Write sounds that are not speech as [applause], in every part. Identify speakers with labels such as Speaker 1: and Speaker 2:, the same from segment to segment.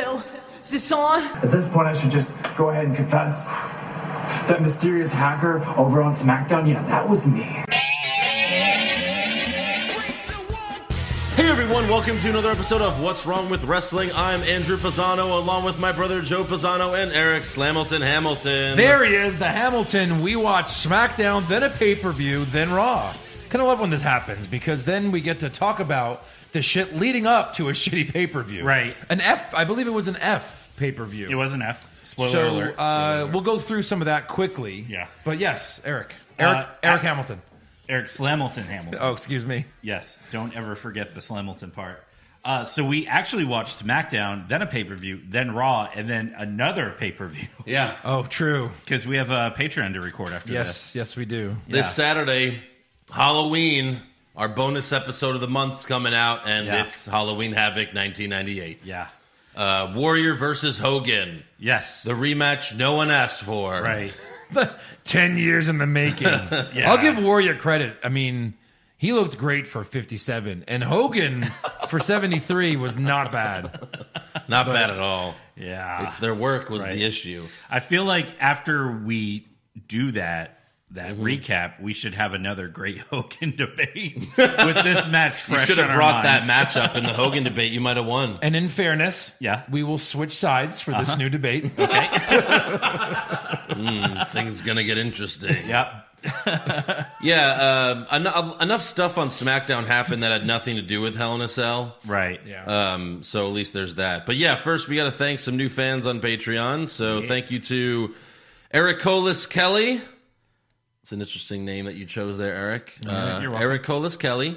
Speaker 1: Oh,
Speaker 2: Is this on?
Speaker 3: At this point, I should just go ahead and confess. That mysterious hacker over on SmackDown, yeah, that was me.
Speaker 4: Hey everyone, welcome to another episode of What's Wrong with Wrestling. I'm Andrew Pisano, along with my brother Joe Pisano and Eric Slamilton Hamilton.
Speaker 5: There he is, the Hamilton. We watch SmackDown, then a pay per view, then Raw. Kind of love when this happens because then we get to talk about the shit leading up to a [laughs] shitty pay per view.
Speaker 6: Right.
Speaker 5: An F, I believe it was an F pay per view.
Speaker 6: It was an F. Spoiler
Speaker 5: so
Speaker 6: alert. Spoiler
Speaker 5: uh,
Speaker 6: alert.
Speaker 5: we'll go through some of that quickly.
Speaker 6: Yeah.
Speaker 5: But yes, Eric. Eric,
Speaker 6: Uh,
Speaker 5: Eric
Speaker 6: I-
Speaker 5: Hamilton.
Speaker 6: Eric Slamilton Hamilton.
Speaker 5: Oh, excuse me.
Speaker 6: Yes, don't ever forget the Slamilton part. Uh, so we actually watched SmackDown, then a pay per view, then Raw, and then another pay per [laughs] view
Speaker 4: yeah.
Speaker 5: Oh, true.
Speaker 6: because we have a Patreon to record after
Speaker 5: Yes,
Speaker 6: this.
Speaker 5: yes, we do.
Speaker 4: This
Speaker 6: Yeah.
Speaker 4: Saturday, Halloween, our bonus episode of the month's coming out, and
Speaker 6: Yeah.
Speaker 4: it's Halloween Havoc 1998.
Speaker 6: Yeah.
Speaker 4: Uh, Warrior versus Hogan,
Speaker 6: Yes.
Speaker 4: the rematch no one asked for.
Speaker 6: right.
Speaker 5: 10 years in the making.
Speaker 6: [laughs] Yeah.
Speaker 5: I'll give Warrior credit. I mean, he looked great for 57, and Hogan
Speaker 6: [laughs]
Speaker 5: for 73 was not bad.
Speaker 4: Not bad at all.
Speaker 6: Yeah.
Speaker 4: It's their work was
Speaker 6: Right.
Speaker 4: the issue.
Speaker 6: I feel like after we do that, that
Speaker 4: Mm-hmm.
Speaker 6: recap, we should have another great [laughs] Hogan
Speaker 4: [laughs]
Speaker 6: debate with this match
Speaker 4: You
Speaker 6: fresh.
Speaker 4: should have
Speaker 6: on our
Speaker 4: brought that
Speaker 6: minds. [laughs]
Speaker 4: matchup in the Hogan debate. You might have won.
Speaker 5: And in fairness,
Speaker 6: Yeah. Uh-huh.
Speaker 5: we will switch sides for this new debate.
Speaker 6: [laughs]
Speaker 4: Things gonna get interesting.
Speaker 6: Yep.
Speaker 4: Yeah, um, en- enough stuff on SmackDown happened that had nothing to do with Hell in a Cell.
Speaker 6: Right.
Speaker 5: Yeah.
Speaker 4: Um, so at least there's that. But yeah, first we got to thank some new fans on Patreon. So thank you to Eric Colas Kelly. It's an interesting name that you chose there, Eric. Uh,
Speaker 6: you're welcome.
Speaker 4: Eric Colas Kelly.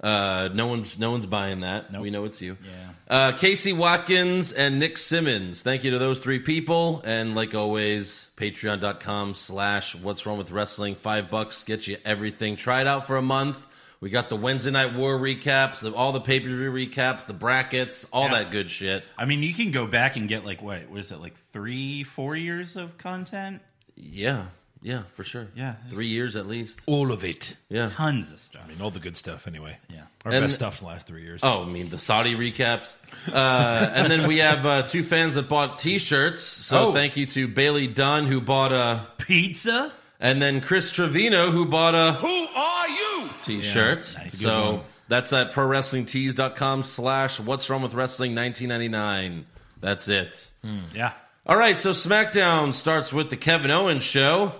Speaker 4: Uh, no one's no one's buying that. We know it's you.
Speaker 6: Yeah.
Speaker 4: Uh, Casey Watkins and Nick Simmons. Thank you to those three people. And like always, patreon.com slash what's wrong with wrestling. Five bucks gets you everything. Try it out for a month. We got the Wednesday night war recaps, the, all the pay per view recaps, the brackets, all
Speaker 6: Yeah.
Speaker 4: that good shit.
Speaker 6: I mean, you can go back and get like what was it like three, four years of content?
Speaker 4: Yeah. Yeah, for sure.
Speaker 6: Yeah.
Speaker 4: Three years at least.
Speaker 5: all of it.
Speaker 4: Yeah.
Speaker 6: Tons of stuff.
Speaker 5: All the good stuff, anyway.
Speaker 6: Yeah.
Speaker 5: Our
Speaker 4: And-
Speaker 5: best stuff in the last three years.
Speaker 4: Oh, I mean the Saudi recaps,
Speaker 6: [laughs]
Speaker 4: uh, and then we have uh, two fans that bought T-shirts. So
Speaker 5: Oh.
Speaker 4: thank you to Bailey Dunn who bought a,
Speaker 6: Pizza.
Speaker 4: and then Chris Trevino who bought a
Speaker 5: Who are you?
Speaker 4: T-shirt. so that's at prowrestlingtees.com slash what's wrong with wrestling 1999. That's it.
Speaker 6: Yeah.
Speaker 4: All right, so SmackDown starts with the Kevin Owens show.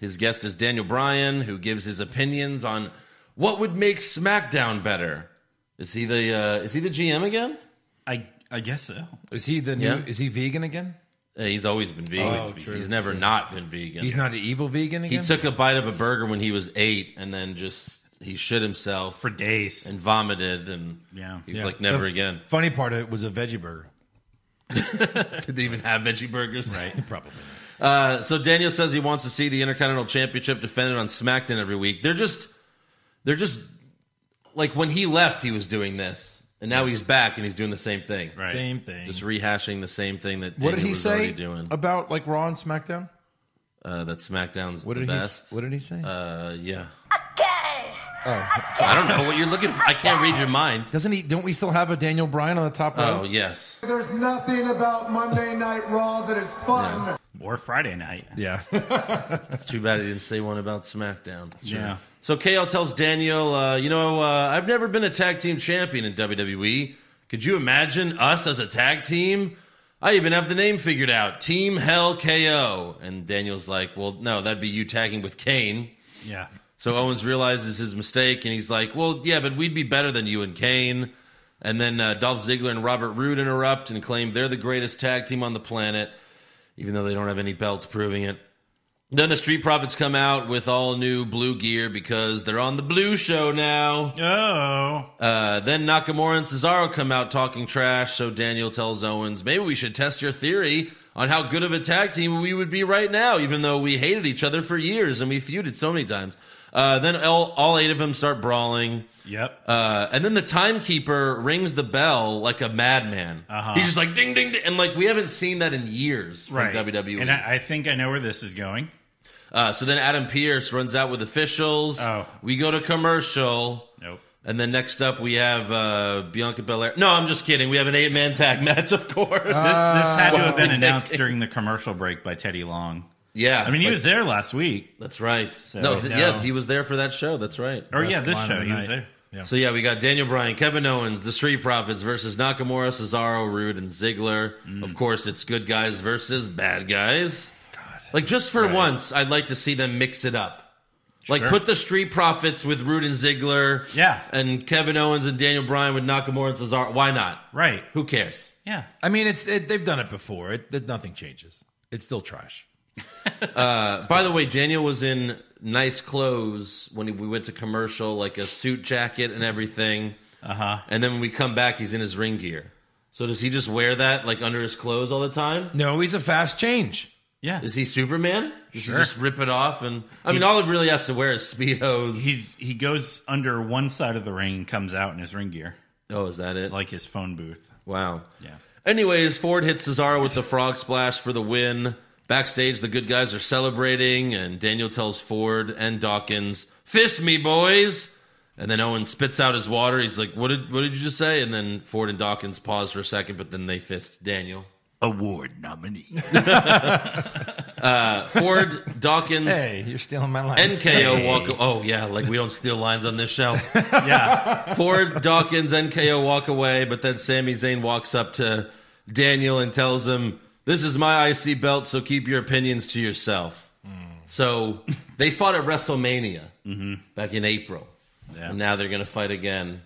Speaker 4: His guest is Daniel Bryan, who gives his opinions on what would make SmackDown better. Is he the uh, is he the GM again?
Speaker 6: I I guess so.
Speaker 5: Is he the new?
Speaker 4: Yeah.
Speaker 5: Is he vegan again?
Speaker 4: Uh, he's always been vegan.
Speaker 5: Always Oh, true,
Speaker 4: he's never not been vegan.
Speaker 5: He's not an evil vegan
Speaker 4: he
Speaker 5: again.
Speaker 4: took a bite of a burger when he was eight, and then just he shit himself
Speaker 6: For days.
Speaker 4: and vomited, and
Speaker 6: Yeah.
Speaker 4: he was
Speaker 5: Yeah.
Speaker 4: like,
Speaker 5: [laughs]
Speaker 4: never
Speaker 5: The
Speaker 4: again.
Speaker 5: Funny part of it was a veggie burger.
Speaker 4: Did they even have veggie burgers? Right. [laughs]
Speaker 5: Probably.
Speaker 4: Uh, so Daniel says he wants to see the Intercontinental Championship defended on SmackDown every week. They're just, they're just like when he left, he was doing this, and now he's back and he's doing the same thing.
Speaker 6: Right.
Speaker 5: Same thing.
Speaker 4: Just rehashing the same thing that
Speaker 5: what
Speaker 4: Daniel
Speaker 5: did he
Speaker 4: was
Speaker 5: say Uh,
Speaker 4: already doing.
Speaker 5: about like Raw and SmackDown?
Speaker 4: Uh, that SmackDown's
Speaker 5: What
Speaker 4: the
Speaker 5: did
Speaker 4: best.
Speaker 5: he? What did he say?
Speaker 4: uh, yeah.
Speaker 5: oh, so-
Speaker 4: I don't know what you're looking for. I can't read your mind.
Speaker 5: doesn't he? Don't we still have a Daniel Bryan on the top row?
Speaker 4: Oh yes.
Speaker 7: There's nothing about Monday Night Raw that is fun.
Speaker 6: Or Friday night.
Speaker 5: Yeah.
Speaker 4: It's too bad he didn't say one about SmackDown.
Speaker 6: Yeah.
Speaker 4: So KO tells Daniel, uh, you know, uh, I've never been a tag team champion in WWE. Could you imagine us as a tag team? I even have the name figured out Team Hell KO. And Daniel's like, well, no, that'd be you tagging with Kane.
Speaker 6: Yeah.
Speaker 4: So Owens realizes his mistake and he's like, well, yeah, but we'd be better than you and Kane. And then uh, Dolph Ziggler and Robert Roode interrupt and claim they're the greatest tag team on the planet, even though they don't have any belts proving it. Then the Street Profits come out with all new blue gear because they're on the blue show now.
Speaker 6: Oh.
Speaker 4: Uh, then Nakamura and Cesaro come out talking trash, so Daniel tells Owens, maybe we should test your theory on how good of a tag team we would be right now, even though we hated each other for years and we feuded so many times. Uh, then all, all eight of them start brawling.
Speaker 6: Yep.
Speaker 4: Uh, and then the timekeeper rings the bell like a madman.
Speaker 6: Uh-huh.
Speaker 4: He's just like ding, ding, ding. And like, we haven't seen that in years from E.
Speaker 6: right.
Speaker 4: WWE.
Speaker 6: And I, I think I know where this is going.
Speaker 4: uh, so then Adam Pierce runs out with officials.
Speaker 6: Oh.
Speaker 4: We go to commercial.
Speaker 6: Nope.
Speaker 4: And then next up we have uh, Bianca Belair. No, I'm just kidding. We have an eight man tag [laughs] match, of course.
Speaker 6: This had to have been announced during the commercial break by Teddy Long.
Speaker 4: yeah,
Speaker 6: I mean, he
Speaker 4: like-
Speaker 6: was there last week.
Speaker 4: That's right. no, th-
Speaker 6: No.
Speaker 4: yeah, he was there for that show. That's right.
Speaker 6: Or yeah,
Speaker 5: Best
Speaker 6: this
Speaker 5: line of
Speaker 6: show
Speaker 5: the
Speaker 6: he was
Speaker 5: night.
Speaker 6: there.
Speaker 5: Yeah.
Speaker 4: So yeah, we got Daniel Bryan, Kevin Owens, the Street Profits versus Nakamura, Cesaro, Rude, and Ziggler.
Speaker 6: Mm.
Speaker 4: Of course, it's good guys versus bad guys. Like just for once, I'd like to see them mix it up. Like
Speaker 6: Sure.
Speaker 4: put the Street Profits with Rude and Ziggler.
Speaker 6: Yeah.
Speaker 4: And Kevin Owens and Daniel Bryan with Nakamura and Cesaro. Why not?
Speaker 6: Right.
Speaker 4: Who cares?
Speaker 6: Yeah.
Speaker 5: [laughs] I mean, it's it, they've done it before. It, it nothing changes. It's still trash.
Speaker 4: By the way, Daniel was in nice clothes when we went to commercial, like a suit jacket and everything. Uh
Speaker 6: Uh-huh.
Speaker 4: huh. And then when we come back, he's in his ring gear. So does he just wear that like under his clothes all the time?
Speaker 5: No, he's a fast change.
Speaker 6: Yeah.
Speaker 4: Is he Superman? Does he just rip it off? And I mean, all he really has to wear is speedos.
Speaker 6: He's he goes under one side of the ring, comes out in his ring gear,
Speaker 4: oh, is that it?
Speaker 6: It's like his phone booth.
Speaker 4: wow.
Speaker 6: Yeah.
Speaker 4: Anyways, Ford hits Cesaro with the frog splash for the win. Backstage, the good guys are celebrating, and Daniel tells Ford and Dawkins, "Fist me, boys!" And then Owen spits out his water. He's like, "What did What did you just say?" And then Ford and Dawkins pause for a second, but then they fist Daniel.
Speaker 6: Award
Speaker 4: [laughs]
Speaker 6: nominee.
Speaker 4: Uh, Ford, Dawkins,
Speaker 5: Hey, you're stealing my line.
Speaker 4: NKO walk. Oh yeah, like we don't steal lines on this show.
Speaker 6: yeah.
Speaker 4: Ford, Dawkins, NKO walk away, but then Sami Zayn walks up to Daniel and tells him, This is my IC belt, so keep your opinions to yourself. So they fought at WrestleMania back in April.
Speaker 6: Yeah.
Speaker 4: And now they're going to fight again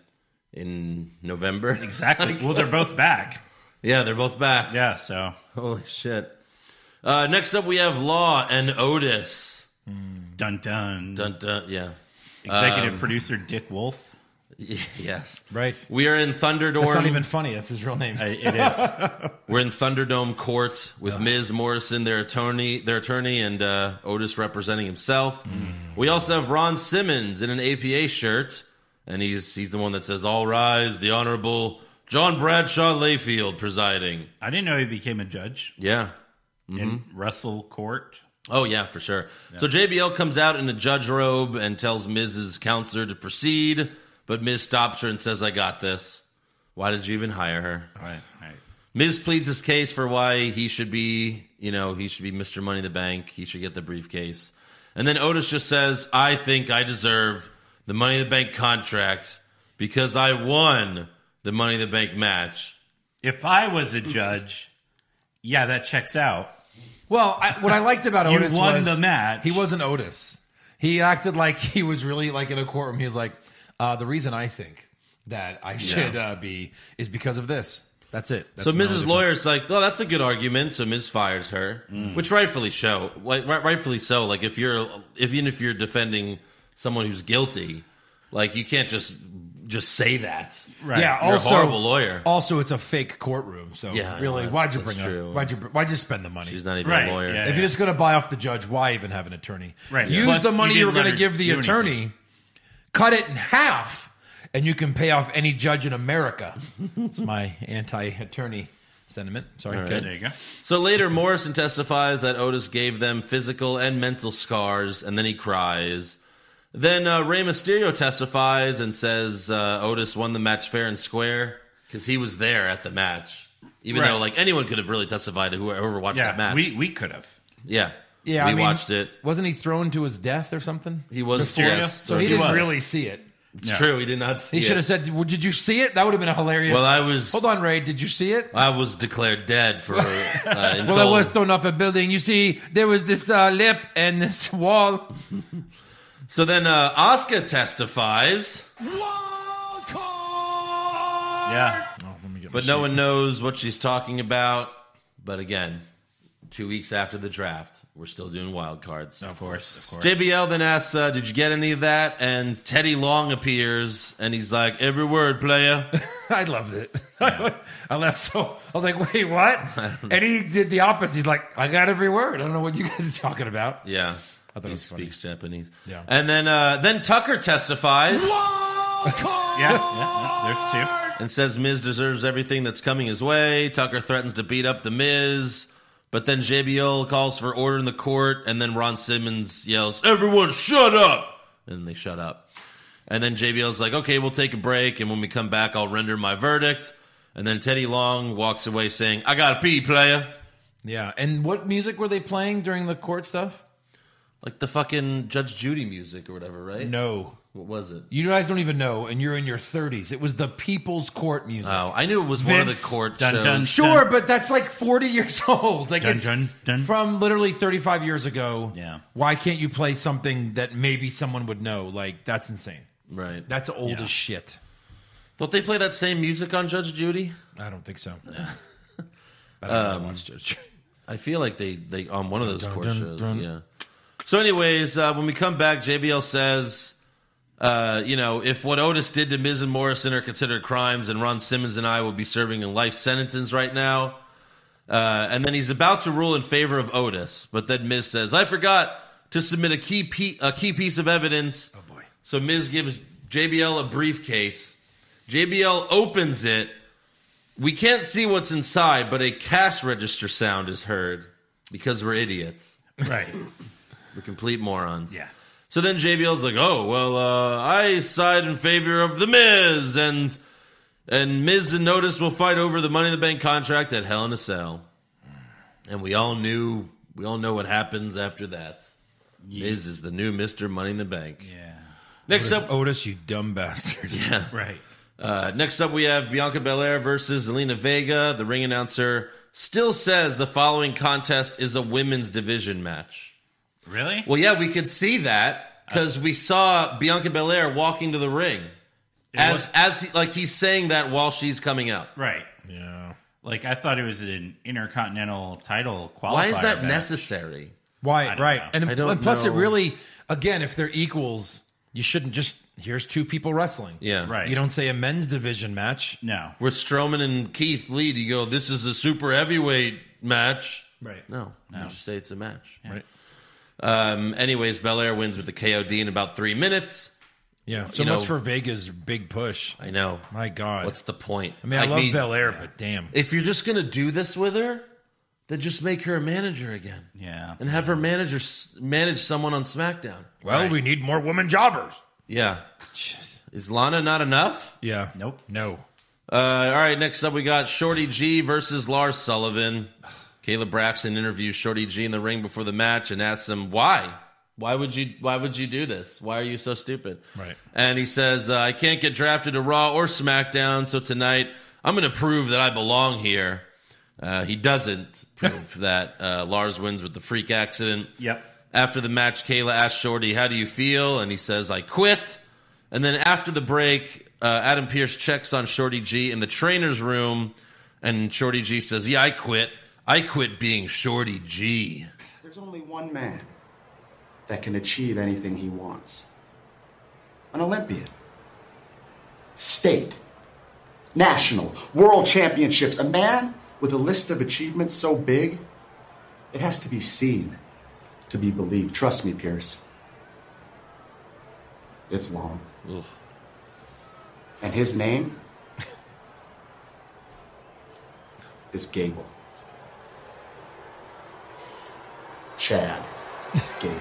Speaker 4: in November.
Speaker 6: Exactly. Well, they're both back.
Speaker 4: [laughs] yeah, they're both back.
Speaker 6: Yeah. So
Speaker 4: Holy shit. Uh, next up, we have Law and Otis.
Speaker 6: dun dun.
Speaker 4: Dun, dun, yeah. [laughs]
Speaker 6: Executive producer Dick Wolf.
Speaker 4: Yes.
Speaker 5: Right.
Speaker 4: We are in Thunderdome.
Speaker 5: That's not even funny. That's his real name.
Speaker 6: [laughs] I- It is.
Speaker 4: We're in Thunderdome Court with Ms. Morrison, their attorney, their attorney, and uh, Otis representing himself. We also have Ron Simmons in an APA shirt, and he's he's the one that says "All rise." The Honorable John Bradshaw Layfield presiding.
Speaker 6: I didn't know he became a judge
Speaker 4: Yeah.
Speaker 6: in Russell Court.
Speaker 4: Oh yeah, for sure. So JBL comes out in a judge robe and tells Miz's counselor to proceed, but Miz stops her and says, "I got this. Why did you even hire her?"
Speaker 6: Right. Right.
Speaker 4: Miz pleads his case for why he should be, you know, he should be Mr. Money in the Bank. He should get the briefcase. And then Otis just says, I think I deserve the Money in the Bank contract because I won the Money in the Bank match.
Speaker 6: If I was a judge, yeah, that checks out.
Speaker 5: Well, I, what I
Speaker 4: [laughs]
Speaker 5: liked about
Speaker 6: You
Speaker 5: Otis
Speaker 6: won
Speaker 5: was
Speaker 6: the match.
Speaker 5: He wasn't Otis. He acted like he was really like in a courtroom. He was like, uh, "The reason I think that I should uh, be is because of this. That's it." That's
Speaker 4: so
Speaker 5: my
Speaker 4: Mrs.
Speaker 5: only
Speaker 4: Lawyer's like, oh, that's a good argument. So Miz fires her, which rightfully so. Like, right- rightfully so. Like if you're, if, even if you're defending someone who's guilty, like you can't just just say that.
Speaker 5: defense. Yeah.
Speaker 4: You're
Speaker 5: Also,
Speaker 4: a horrible lawyer.
Speaker 5: also, it's a fake courtroom. So
Speaker 4: Yeah, I know,
Speaker 5: really,
Speaker 4: that's-
Speaker 5: why'd you
Speaker 4: that's
Speaker 5: bring her?
Speaker 4: true.
Speaker 5: Why'd you why'd you spend the money?
Speaker 4: She's not even
Speaker 6: Right,
Speaker 4: a lawyer.
Speaker 6: yeah.
Speaker 5: if you're just going to buy off the judge, why even have an attorney?
Speaker 6: Right.
Speaker 5: Use
Speaker 6: Plus,
Speaker 5: the money
Speaker 6: you
Speaker 5: you were
Speaker 6: didn't let
Speaker 5: going to
Speaker 6: her
Speaker 5: give the
Speaker 6: do anything.
Speaker 5: attorney, cut it in half, and you can pay off any judge in America. It's my anti-attorney sentiment. Sorry.
Speaker 4: right.
Speaker 5: Good.
Speaker 6: There you go.
Speaker 4: So later, Morrison testifies that Otis gave them physical and mental scars, and then he cries. Then uh, Rey Mysterio testifies and says uh, Otis won the match fair and square because he was there at the match. Even
Speaker 6: Right.
Speaker 4: though, like anyone could have really testified, who- whoever watched that
Speaker 6: Yeah.
Speaker 4: match.
Speaker 6: We we could have.
Speaker 4: yeah,
Speaker 5: Yeah,
Speaker 4: we
Speaker 5: I mean,
Speaker 4: watched it.
Speaker 5: Wasn't he thrown to his death or something?
Speaker 4: He was
Speaker 6: Mysterio?
Speaker 4: yes,
Speaker 5: so he, didn't
Speaker 6: was.
Speaker 5: really see it.
Speaker 4: It's
Speaker 6: Yeah.
Speaker 4: true. He did not see.
Speaker 5: He should
Speaker 4: it.
Speaker 5: have said, well, "Did you see it?" That would have been hilarious.
Speaker 4: Well, I was-
Speaker 5: Hold on, Ray. Did you see it?
Speaker 4: I was declared dead
Speaker 5: [laughs]
Speaker 4: for. Uh, until,
Speaker 5: Well, I was thrown off a building. You see, there was this uh, lip and this [laughs] wall.
Speaker 4: So then, uh, Oscar testifies.
Speaker 6: Yeah.
Speaker 4: But no one knows what she's talking about. But again, two weeks after the draft, we're still doing wild cards.
Speaker 6: Of course. Of course.
Speaker 4: JBL then asks, uh, "Did you get any of that?" And Teddy Long appears, and he's like, "Every word,
Speaker 5: [laughs]
Speaker 4: player."
Speaker 5: I loved it. [laughs] I left so [laughs] I was like, wait, what? And he did the opposite. He's like, I got every word. I don't know what you [laughs] guys are talking about.
Speaker 4: yeah, I
Speaker 5: thought it
Speaker 4: he
Speaker 5: was funny.
Speaker 4: speaks Japanese.
Speaker 5: Yeah.
Speaker 4: and then uh, then Tucker testifies
Speaker 6: Yeah. yeah, yeah. There's two.
Speaker 4: and says Miz deserves everything that's coming his way. Tucker threatens to beat up the Miz. But then JBL calls for order in the court, and then Ron Simmons yells, Everyone shut up! And they shut up. And then JBL's like, okay, we'll take a break. And when we come back, I'll render my verdict. And then Teddy Long walks away saying, I got to pee, player.
Speaker 5: Yeah. And what music were they playing during the court stuff?
Speaker 4: Like the fucking Judge Judy music or whatever, right?
Speaker 5: No.
Speaker 4: What was it?
Speaker 5: You guys don't even know, and you're in your 30s. It was the People's Court music.
Speaker 4: Oh, I knew it was one of
Speaker 6: Vince
Speaker 4: the court
Speaker 6: Dun
Speaker 4: shows.
Speaker 6: Dun.
Speaker 5: Sure, but that's like 40 years [laughs] old. Like
Speaker 6: Dun,
Speaker 5: it's
Speaker 6: dun, dun.
Speaker 5: from literally 35 years ago.
Speaker 6: Yeah.
Speaker 5: Why can't you play something that maybe someone would know? Like that's insane.
Speaker 4: Right.
Speaker 5: That's old
Speaker 6: Yeah.
Speaker 5: as shit.
Speaker 4: Don't they play that same music on Judge Judy?
Speaker 5: I don't think so. [laughs] But I don't watch Judge.
Speaker 4: I feel like they they on one of those
Speaker 5: dun,
Speaker 4: court
Speaker 5: dun,
Speaker 4: shows.
Speaker 5: dun.
Speaker 4: Yeah. So, anyways, uh, when we come back, JBL says, uh, you know, if what Otis did to Miz and Morrison are considered crimes, then Ron Simmons and I will be serving in life sentences right now. Uh, and then he's about to rule in favor of Otis, but then Miz says, "I forgot to submit a key pe- a key piece of evidence."
Speaker 5: Oh, boy.
Speaker 4: So Miz gives JBL a briefcase. JBL opens it. We can't see what's inside, but a cash register sound is heard because we're idiots.
Speaker 6: Right.
Speaker 4: We're complete morons.
Speaker 6: Yeah.
Speaker 4: So then JBL's like, "Oh well, uh, I side in favor of the Miz, and and Miz and Notice will fight over the Money in the Bank contract at Hell in a Cell." And we all knew, we all know what happens after that. Miz is the new Mister Money in the Bank.
Speaker 6: Yeah.
Speaker 4: Next up,
Speaker 5: Otis, you dumb bastard.
Speaker 6: Right.
Speaker 4: uh, next up, we have Bianca Belair versus Zelina Vega. The ring announcer still says the following contest is a women's division match.
Speaker 6: Really?
Speaker 4: Well, yeah, we could see that
Speaker 5: Uh,
Speaker 4: because we saw Bianca Belair walking to the ring as
Speaker 6: was-
Speaker 4: as he, like he's saying that while she's coming out.
Speaker 6: right.
Speaker 5: Yeah.
Speaker 6: Like I thought it was an intercontinental title qualifier.
Speaker 4: Why is that
Speaker 6: match.
Speaker 4: necessary?
Speaker 5: [laughs] Why?
Speaker 6: don't
Speaker 5: Right.
Speaker 6: know.
Speaker 5: And,
Speaker 4: I don't
Speaker 5: and plus,
Speaker 4: know.
Speaker 5: it really, again, if they're equals, you shouldn't just, here's two people wrestling.
Speaker 4: Yeah,
Speaker 6: Right.
Speaker 5: You don't say a men's division match.
Speaker 6: No.
Speaker 4: With Strowman and Keith Lee, you go. This is a super heavyweight match.
Speaker 5: Right.
Speaker 4: No, you just say it's a match.
Speaker 5: Right.
Speaker 4: Um, anyways, Belair wins with the KOD in about three minutes.
Speaker 5: Yeah. So
Speaker 4: You
Speaker 5: much
Speaker 4: know-
Speaker 5: for Vega's big push.
Speaker 4: I know.
Speaker 5: My God.
Speaker 4: What's the point?
Speaker 5: I mean, I love Bel Air, but damn.
Speaker 4: If you're just gonna do this with her, then just make her a manager again
Speaker 6: Yeah.
Speaker 4: and have her manager s- manage someone on SmackDown.
Speaker 5: Well, we need more women jobbers.
Speaker 4: Yeah. Is Lana not enough?
Speaker 5: Yeah.
Speaker 6: Nope.
Speaker 5: No.
Speaker 4: Uh, all right, next up we got Shorty G versus Lars Sullivan. Caleb Braxton interviews Shorty G in the ring before the match and asks him why. Why would you why would you do this? Why are you so stupid?
Speaker 5: Right.
Speaker 4: And he says, uh, I can't get drafted to Raw or SmackDown, so tonight I'm gonna prove that I belong here. Uh, he doesn't prove that. Uh, Lars wins with the freak accident.
Speaker 6: Yep.
Speaker 4: After the match, Kayla asked Shorty, How do you feel? And he says, I quit. And then after the break, uh, Adam Pierce checks on Shorty G in the trainer's room. And Shorty G says, Yeah, I quit. I quit being Shorty G.
Speaker 2: There's only one man that can achieve anything he wants an Olympian. State, national, world championships. A man with a list of achievements so big, it has to be seen to be believed. Trust me, Pierce. It's long.
Speaker 4: Oof.
Speaker 2: And his name is Gable. Chad Gable.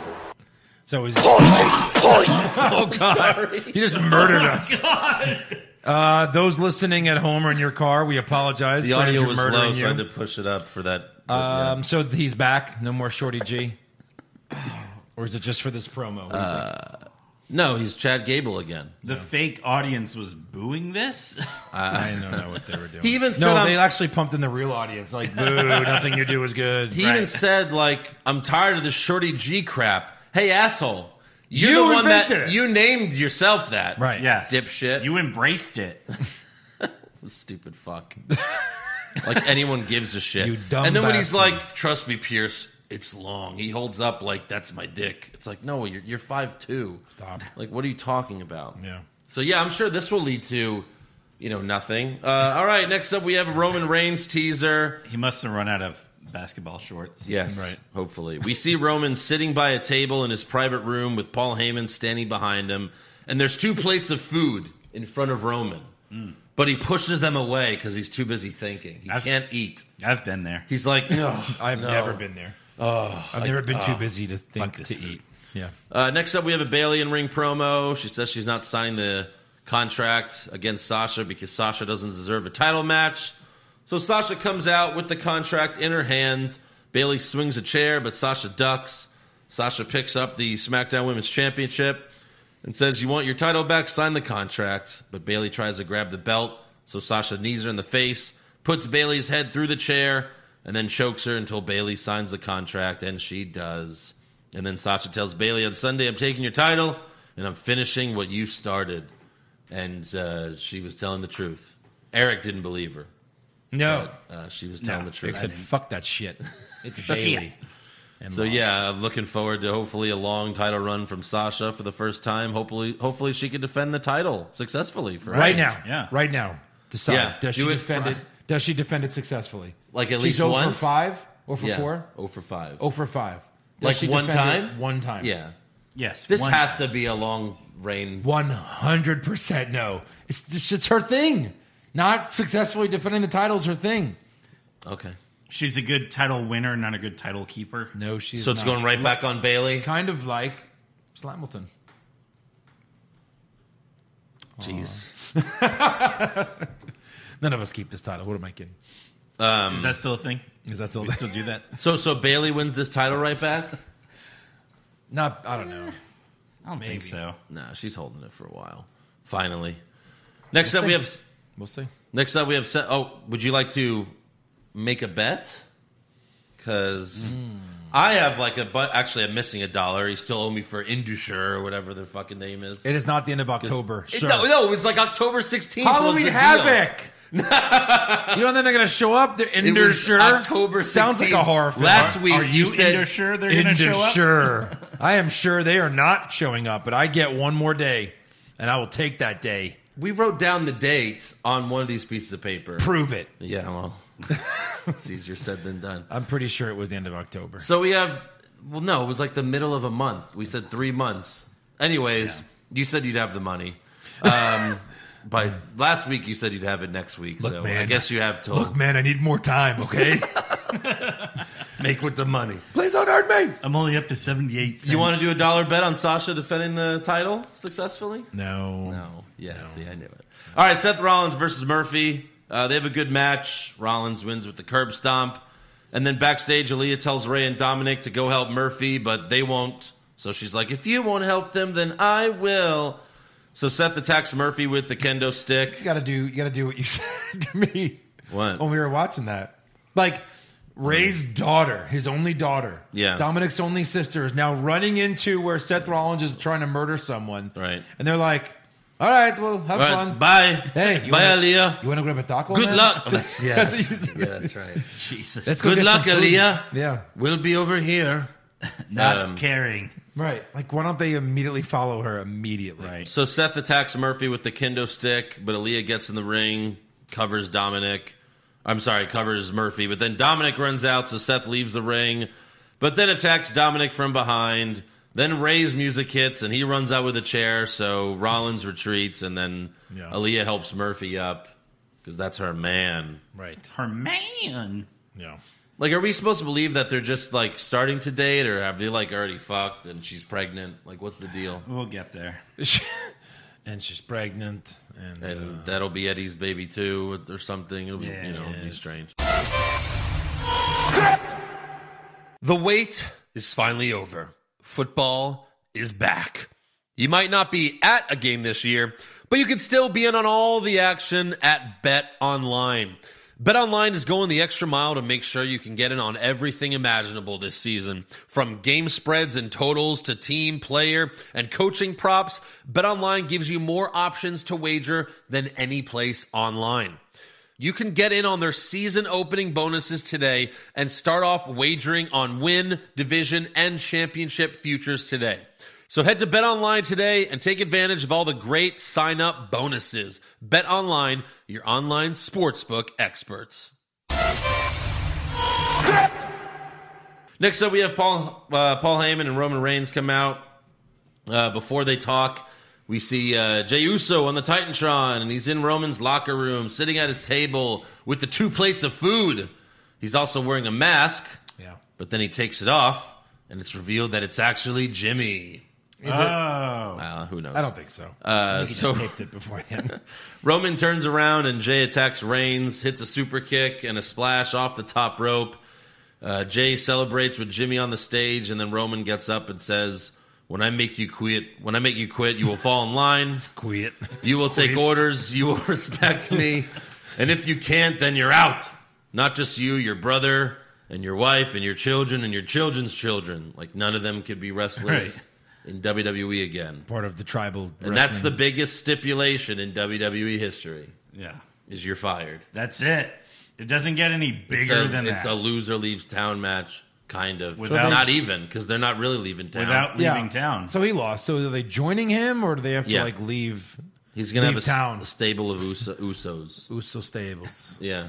Speaker 5: So is poison, [laughs] Oh God! He just murdered us. Uh, those listening at home or in your car, we apologize.
Speaker 4: The
Speaker 5: for
Speaker 4: audio
Speaker 5: Andrew
Speaker 4: was
Speaker 5: murdering
Speaker 4: low, so I
Speaker 5: you.
Speaker 4: had to push it up for that. but, yeah.
Speaker 5: Um, so he's back. No more Shorty G. or is it just for this promo? What do you
Speaker 4: Uh,
Speaker 5: think?
Speaker 4: No, he's Chad Gable again.
Speaker 6: The fake audience was booing this.
Speaker 5: I don't know what they
Speaker 4: [laughs]
Speaker 5: were doing.
Speaker 4: He even said,
Speaker 5: no,
Speaker 4: I'm-
Speaker 5: they actually pumped in the real audience.
Speaker 4: [laughs]
Speaker 5: Like, boo! nothing you do is good.
Speaker 4: He even said, like, I'm tired of this Shorty G crap. Hey, asshole. You're
Speaker 5: You
Speaker 4: the one that
Speaker 5: invented it.
Speaker 4: you named yourself that.
Speaker 5: right?
Speaker 6: [laughs] yes.
Speaker 4: Dipshit.
Speaker 6: You embraced it.
Speaker 4: stupid fuck. like anyone gives a shit.
Speaker 5: You dumb
Speaker 4: and then when he's
Speaker 5: bastard.
Speaker 4: like, "Trust me, Pierce, it's long." He holds up like, "That's my dick." It's like, no, you're you're five two.
Speaker 5: Stop.
Speaker 4: Like, what are you talking about?
Speaker 5: Yeah.
Speaker 4: So yeah, I'm sure this will lead to, you know, nothing. Uh, all right, next up we have a Roman Reigns teaser.
Speaker 6: He must have run out of basketball shorts.
Speaker 4: Yes,
Speaker 5: Right.
Speaker 4: Hopefully, we see Roman sitting by a table in his private room with Paul Heyman standing behind him, and there's two plates of food in front of Roman. But he pushes them away because he's too busy thinking. He
Speaker 6: I've-
Speaker 4: can't eat.
Speaker 6: I've been there.
Speaker 4: He's like, no,
Speaker 5: I've
Speaker 4: no. Oh,
Speaker 5: never been there. I've never been too busy to think
Speaker 6: this
Speaker 5: to
Speaker 6: food.
Speaker 5: eat. Yeah.
Speaker 4: Uh, next up, we have a Bailey and Ring promo. She says she's not signing the contract against Sasha because Sasha doesn't deserve a title match. So Sasha comes out with the contract in her hand. Bailey swings a chair, but Sasha ducks. Sasha picks up the SmackDown Women's Championship and says, "You want your title back? Sign the contract." But Bailey tries to grab the belt, so Sasha knees her in the face, puts Bailey's head through the chair, and then chokes her until Bailey signs the contract, and she does. And then Sasha tells Bailey on Sunday, "I'm taking your title, and I'm finishing what you started." And uh, she was telling the truth. Eric didn't believe her.
Speaker 5: No.
Speaker 4: Uh, she was telling
Speaker 6: No,
Speaker 4: the truth.
Speaker 5: Except fuck that
Speaker 4: [laughs]
Speaker 5: shit. It's Bailey. And
Speaker 4: So
Speaker 5: lost.
Speaker 4: yeah, I'm looking forward to hopefully a long title run from Sasha for the first time. Hopefully, hopefully she can defend the title successfully for
Speaker 5: Right now.
Speaker 6: Yeah.
Speaker 5: Right now. Decide.
Speaker 4: Yeah,
Speaker 5: Does she
Speaker 4: do it
Speaker 5: defend
Speaker 4: fr-
Speaker 5: it? Does she defend it successfully?
Speaker 4: Like at
Speaker 5: She's
Speaker 4: least
Speaker 5: 0
Speaker 4: once?
Speaker 5: for five or for
Speaker 4: Yeah.
Speaker 5: four?
Speaker 4: Oh for five.
Speaker 5: Oh for five. Does
Speaker 4: Like
Speaker 5: she
Speaker 4: one
Speaker 5: defend it
Speaker 4: time?
Speaker 5: One time.
Speaker 4: yeah.
Speaker 6: Yes.
Speaker 4: This
Speaker 6: one-
Speaker 4: has to be a long reign.
Speaker 5: One hundred percent no. It's it's it's her thing. Not successfully defending the title is her thing.
Speaker 4: Okay.
Speaker 6: She's a good title winner, not a good title keeper.
Speaker 5: No, she's
Speaker 4: So it's going right back on Bailey.
Speaker 5: Kind of like Slamilton.
Speaker 4: Jeez.
Speaker 5: None of us keep this title. What am I kidding?
Speaker 6: Is
Speaker 4: Mm.
Speaker 6: that still a thing?
Speaker 5: Is that still
Speaker 6: We still do [laughs] that?
Speaker 4: So so Bailey wins this title right [laughs] back?
Speaker 5: not? I don't know.
Speaker 6: I don't think so.
Speaker 4: No, she's holding it for a while. Finally. Next up we have
Speaker 5: We'll see.
Speaker 4: next up we have set oh, would you like to make a bet? Cause I have like a but actually I'm missing a dollar. You still owe me for Indusure or whatever their fucking name is.
Speaker 5: It is not the end of October. Sure.
Speaker 4: No, no, it was like October sixteenth.
Speaker 5: Halloween
Speaker 4: was the Deal.
Speaker 5: [laughs] Havoc. you don't think they're gonna show up? They're
Speaker 4: It was
Speaker 5: Indersure.
Speaker 4: October 16th.
Speaker 5: Sounds like a horror film.
Speaker 4: Last week
Speaker 6: Are you,
Speaker 4: said
Speaker 6: into sure they're going to show up?
Speaker 5: Indersure.
Speaker 4: [laughs]
Speaker 5: I am sure they are not showing up, but I get one more day, and I will take that day.
Speaker 4: We wrote down the date on one of these pieces of paper.
Speaker 5: Prove it.
Speaker 4: yeah, well, [laughs] it's easier said than done.
Speaker 5: I'm pretty sure it was the end of October.
Speaker 4: So we have, well, no, it was like the middle of a month. We said three months. Anyways, you said you'd have the money. Um, [laughs] by last week, you said you'd have it next week.
Speaker 5: Look,
Speaker 4: so I
Speaker 5: man.
Speaker 4: guess you have till
Speaker 5: Look, man, I need more time. Okay.
Speaker 4: make with the money.
Speaker 5: [laughs] Please don't hurt me.
Speaker 6: I'm only up to 78 cents.
Speaker 4: You want to do a dollar bet on Sasha defending the title successfully?
Speaker 5: No.
Speaker 4: No. Oh, Yeah, see, I knew it. All right, Seth Rollins versus Murphy. Uh, they have a good match. Rollins wins with the curb stomp. And then backstage, Aaliyah tells Ray and Dominic to go help Murphy, but they won't. So she's like, if you won't help them, then I will. So Seth attacks Murphy with the kendo stick.
Speaker 5: You gotta do. You gotta do what you [laughs] said to me.
Speaker 4: What?
Speaker 5: When we Oh, were watching that, like Ray's daughter, his only daughter,
Speaker 4: Yeah.
Speaker 5: Dominic's only sister, is now running into where Seth Rollins is trying to murder someone.
Speaker 4: Right.
Speaker 5: And they're like, "All right, well, have
Speaker 4: All
Speaker 5: fun.
Speaker 4: right, bye.
Speaker 5: Hey, you
Speaker 4: bye,
Speaker 5: wanna-
Speaker 4: Aaliyah.
Speaker 5: You want to grab a taco?
Speaker 4: Good
Speaker 5: man?
Speaker 4: luck. Oh, that's- yeah,
Speaker 5: [laughs] That's what you
Speaker 4: that's-
Speaker 5: said.
Speaker 4: yeah, that's right.
Speaker 6: Jesus.
Speaker 5: Let's go
Speaker 4: Good
Speaker 5: get some
Speaker 4: luck,
Speaker 5: food.
Speaker 4: Aaliyah.
Speaker 5: Yeah.
Speaker 4: We'll be over here.
Speaker 6: Not
Speaker 4: Um,
Speaker 6: caring.
Speaker 5: Right. Like, why don't they immediately follow her immediately?
Speaker 6: Right.
Speaker 4: So Seth attacks Murphy with the kendo stick, but Aaliyah gets in the ring, covers Dominic. I'm sorry, covers Murphy, but then Dominic runs out, so Seth leaves the ring, but then attacks Dominic from behind. Then Ray's music hits, and he runs out with a chair, so Rollins retreats, and then
Speaker 5: Yeah.
Speaker 4: Aaliyah helps Murphy up because that's her man.
Speaker 5: Right.
Speaker 6: Her man.
Speaker 5: Yeah.
Speaker 4: Like, are we supposed to believe that they're just like starting to date, or have they like already fucked and she's pregnant? Like, what's the deal?
Speaker 6: We'll get there.
Speaker 5: [laughs] and she's pregnant. And,
Speaker 4: and that'll be Eddie's baby too, or something. It'll be,
Speaker 6: Yeah,
Speaker 4: you know, it'll be
Speaker 6: yes.
Speaker 4: strange. The wait is finally over. Football is back. You might not be at a game this year, but you can still be in on all the action at Bet Online. Bet Online is going the extra mile to make sure you can get in on everything imaginable this season. From game spreads and totals to team, player, and coaching props, Bet Online gives you more options to wager than any place online. You can get in on their season opening bonuses today and start off wagering on win, division, and championship futures today. So head to BetOnline today and take advantage of all the great sign-up bonuses. BetOnline, your online sportsbook experts. Next up, we have Paul uh, Paul Heyman and Roman Reigns come out. Uh, before they talk, we see uh, Jey Uso on the Titantron, and he's in Roman's locker room, sitting at his table with the two plates of food. He's also wearing a mask,
Speaker 5: yeah.
Speaker 4: but then he takes it off, and it's revealed that it's actually Jimmy.
Speaker 6: Oh,
Speaker 4: Uh, who knows?
Speaker 5: I don't think so.
Speaker 4: Uh,
Speaker 5: he
Speaker 4: so
Speaker 5: just taped it beforehand.
Speaker 4: [laughs] Roman turns around and Jay attacks Reigns, hits a super kick and a splash off the top rope. Uh, Jay celebrates with Jimmy on the stage, and then Roman gets up and says, "When I make you quit, when I make you quit, you will fall in line.
Speaker 5: Quit.
Speaker 4: You will take orders. You will [laughs] respect me. And if you can't, then you're out. Not just you, your brother and your wife and your children and your children's children. Like none of them could be wrestlers
Speaker 6: Right.
Speaker 4: in WWE again.
Speaker 5: Part of the tribal.
Speaker 4: And that's the biggest stipulation in WWE history
Speaker 6: yeah.
Speaker 4: is you're fired.
Speaker 6: That's it. It doesn't get any bigger
Speaker 4: It's a-
Speaker 6: than
Speaker 4: it's a
Speaker 6: that
Speaker 4: loser leaves town match, kind of.
Speaker 6: Without-
Speaker 4: not even because they're not really leaving town.
Speaker 6: without
Speaker 5: Yeah.
Speaker 6: leaving town.
Speaker 5: So he lost. So are they joining him, or do they have to
Speaker 4: Yeah.
Speaker 5: like leave?
Speaker 4: He's gonna have
Speaker 5: leave
Speaker 4: a, s-
Speaker 5: town.
Speaker 4: a stable of Uso- Usos.
Speaker 5: Uso stables.
Speaker 4: Yeah,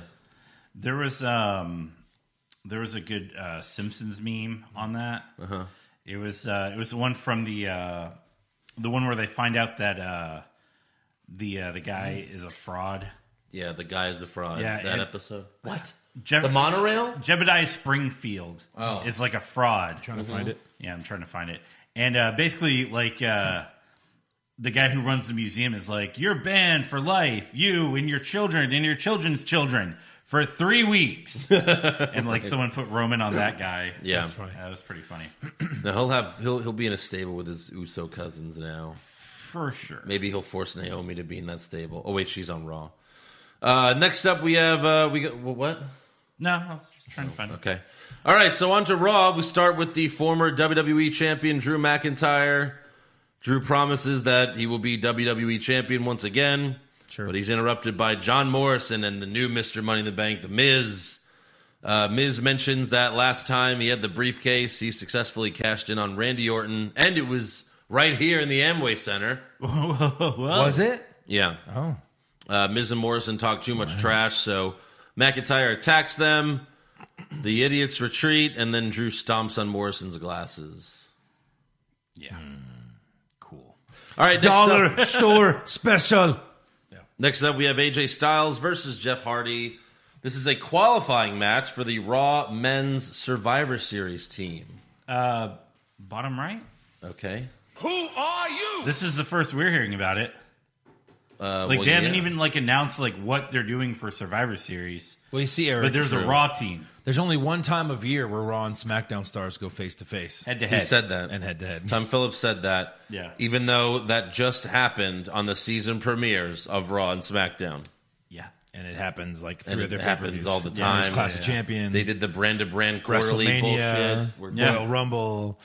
Speaker 6: There was um, there was a good uh, Simpsons meme on that. Uh-huh. It was uh, it was the one from the uh, the one where they find out that uh, the uh, the guy is a fraud.
Speaker 4: yeah. The guy is a fraud.
Speaker 6: Yeah,
Speaker 4: that
Speaker 6: and-
Speaker 4: episode. What?
Speaker 6: Jeb-
Speaker 4: the monorail?
Speaker 6: Jebediah Springfield
Speaker 4: Oh.
Speaker 6: is like a fraud. Trying to
Speaker 5: find it.
Speaker 6: Yeah, I'm trying to find it. And uh, basically, like uh, the guy who runs the museum is like, "You're banned for life. You and your children and your children's children for
Speaker 4: [laughs]
Speaker 6: three weeks." and like someone put Roman on that guy.
Speaker 4: Yeah.
Speaker 6: that was pretty funny
Speaker 4: No, he'll have he'll he'll be in a stable with his Uso cousins now.
Speaker 6: for sure.
Speaker 4: Maybe he'll force Naomi to be in that stable. Oh wait, she's on Raw. Uh, next up, we have uh, we got wh- what?
Speaker 6: No, I was just trying to find it. [laughs]
Speaker 4: Okay. All right. So on to Raw. We start with the former WWE champion Drew McIntyre. Drew promises that he will be WWE champion once again. Sure. But he's interrupted by John Morrison and the new Mr. Money in the Bank, The Miz. Uh, Miz mentions that last time he had the briefcase, he successfully cashed in on Randy Orton, and it was right here in the Amway Center.
Speaker 6: Uh,
Speaker 5: Was it?
Speaker 4: Yeah.
Speaker 5: Oh,
Speaker 4: Uh, Miz and Morrison talk too much trash, so McIntyre attacks them. The idiots retreat, and then Drew stomps on Morrison's glasses.
Speaker 6: Yeah, cool.
Speaker 4: All right, next up,
Speaker 6: [laughs]
Speaker 5: store special.
Speaker 4: next up, we have AJ Styles versus Jeff Hardy. This is a qualifying match for the Raw Men's Survivor Series team.
Speaker 6: Uh, bottom right.
Speaker 4: Okay.
Speaker 6: This is the first we're hearing about it.
Speaker 4: Uh,
Speaker 6: Like
Speaker 4: well,
Speaker 6: they haven't
Speaker 4: yeah.
Speaker 6: even like announced like what they're doing for Survivor Series.
Speaker 5: Well, you see,
Speaker 6: But
Speaker 5: Eric.
Speaker 6: there's
Speaker 5: There's,
Speaker 6: a Raw team
Speaker 5: only one time of year where Raw and SmackDown stars go face to face
Speaker 6: head to
Speaker 4: He
Speaker 6: head.
Speaker 4: said that.
Speaker 5: and head to head.
Speaker 4: Tom Phillips said that.
Speaker 6: Yeah.
Speaker 4: Even though that just happened on the season premieres of Raw and SmackDown.
Speaker 6: yeah,
Speaker 5: And it happens like
Speaker 4: And
Speaker 5: through
Speaker 4: it
Speaker 5: their
Speaker 4: happens
Speaker 5: pay-per-views.
Speaker 4: all the
Speaker 5: Yeah, there's
Speaker 4: time.
Speaker 5: Clash of
Speaker 4: Yeah.
Speaker 5: Champions.
Speaker 4: They did the brand to brand quarterly bullshit.
Speaker 5: WrestleMania,
Speaker 4: We're-
Speaker 5: Royal
Speaker 6: Yeah.
Speaker 5: Rumble,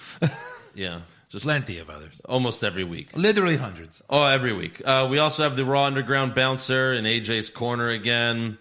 Speaker 4: Yeah, just
Speaker 5: plenty of others.
Speaker 4: almost every week.
Speaker 5: Literally hundreds.
Speaker 4: Oh, every week. Uh, we also have the Raw Underground bouncer in AJ's corner again.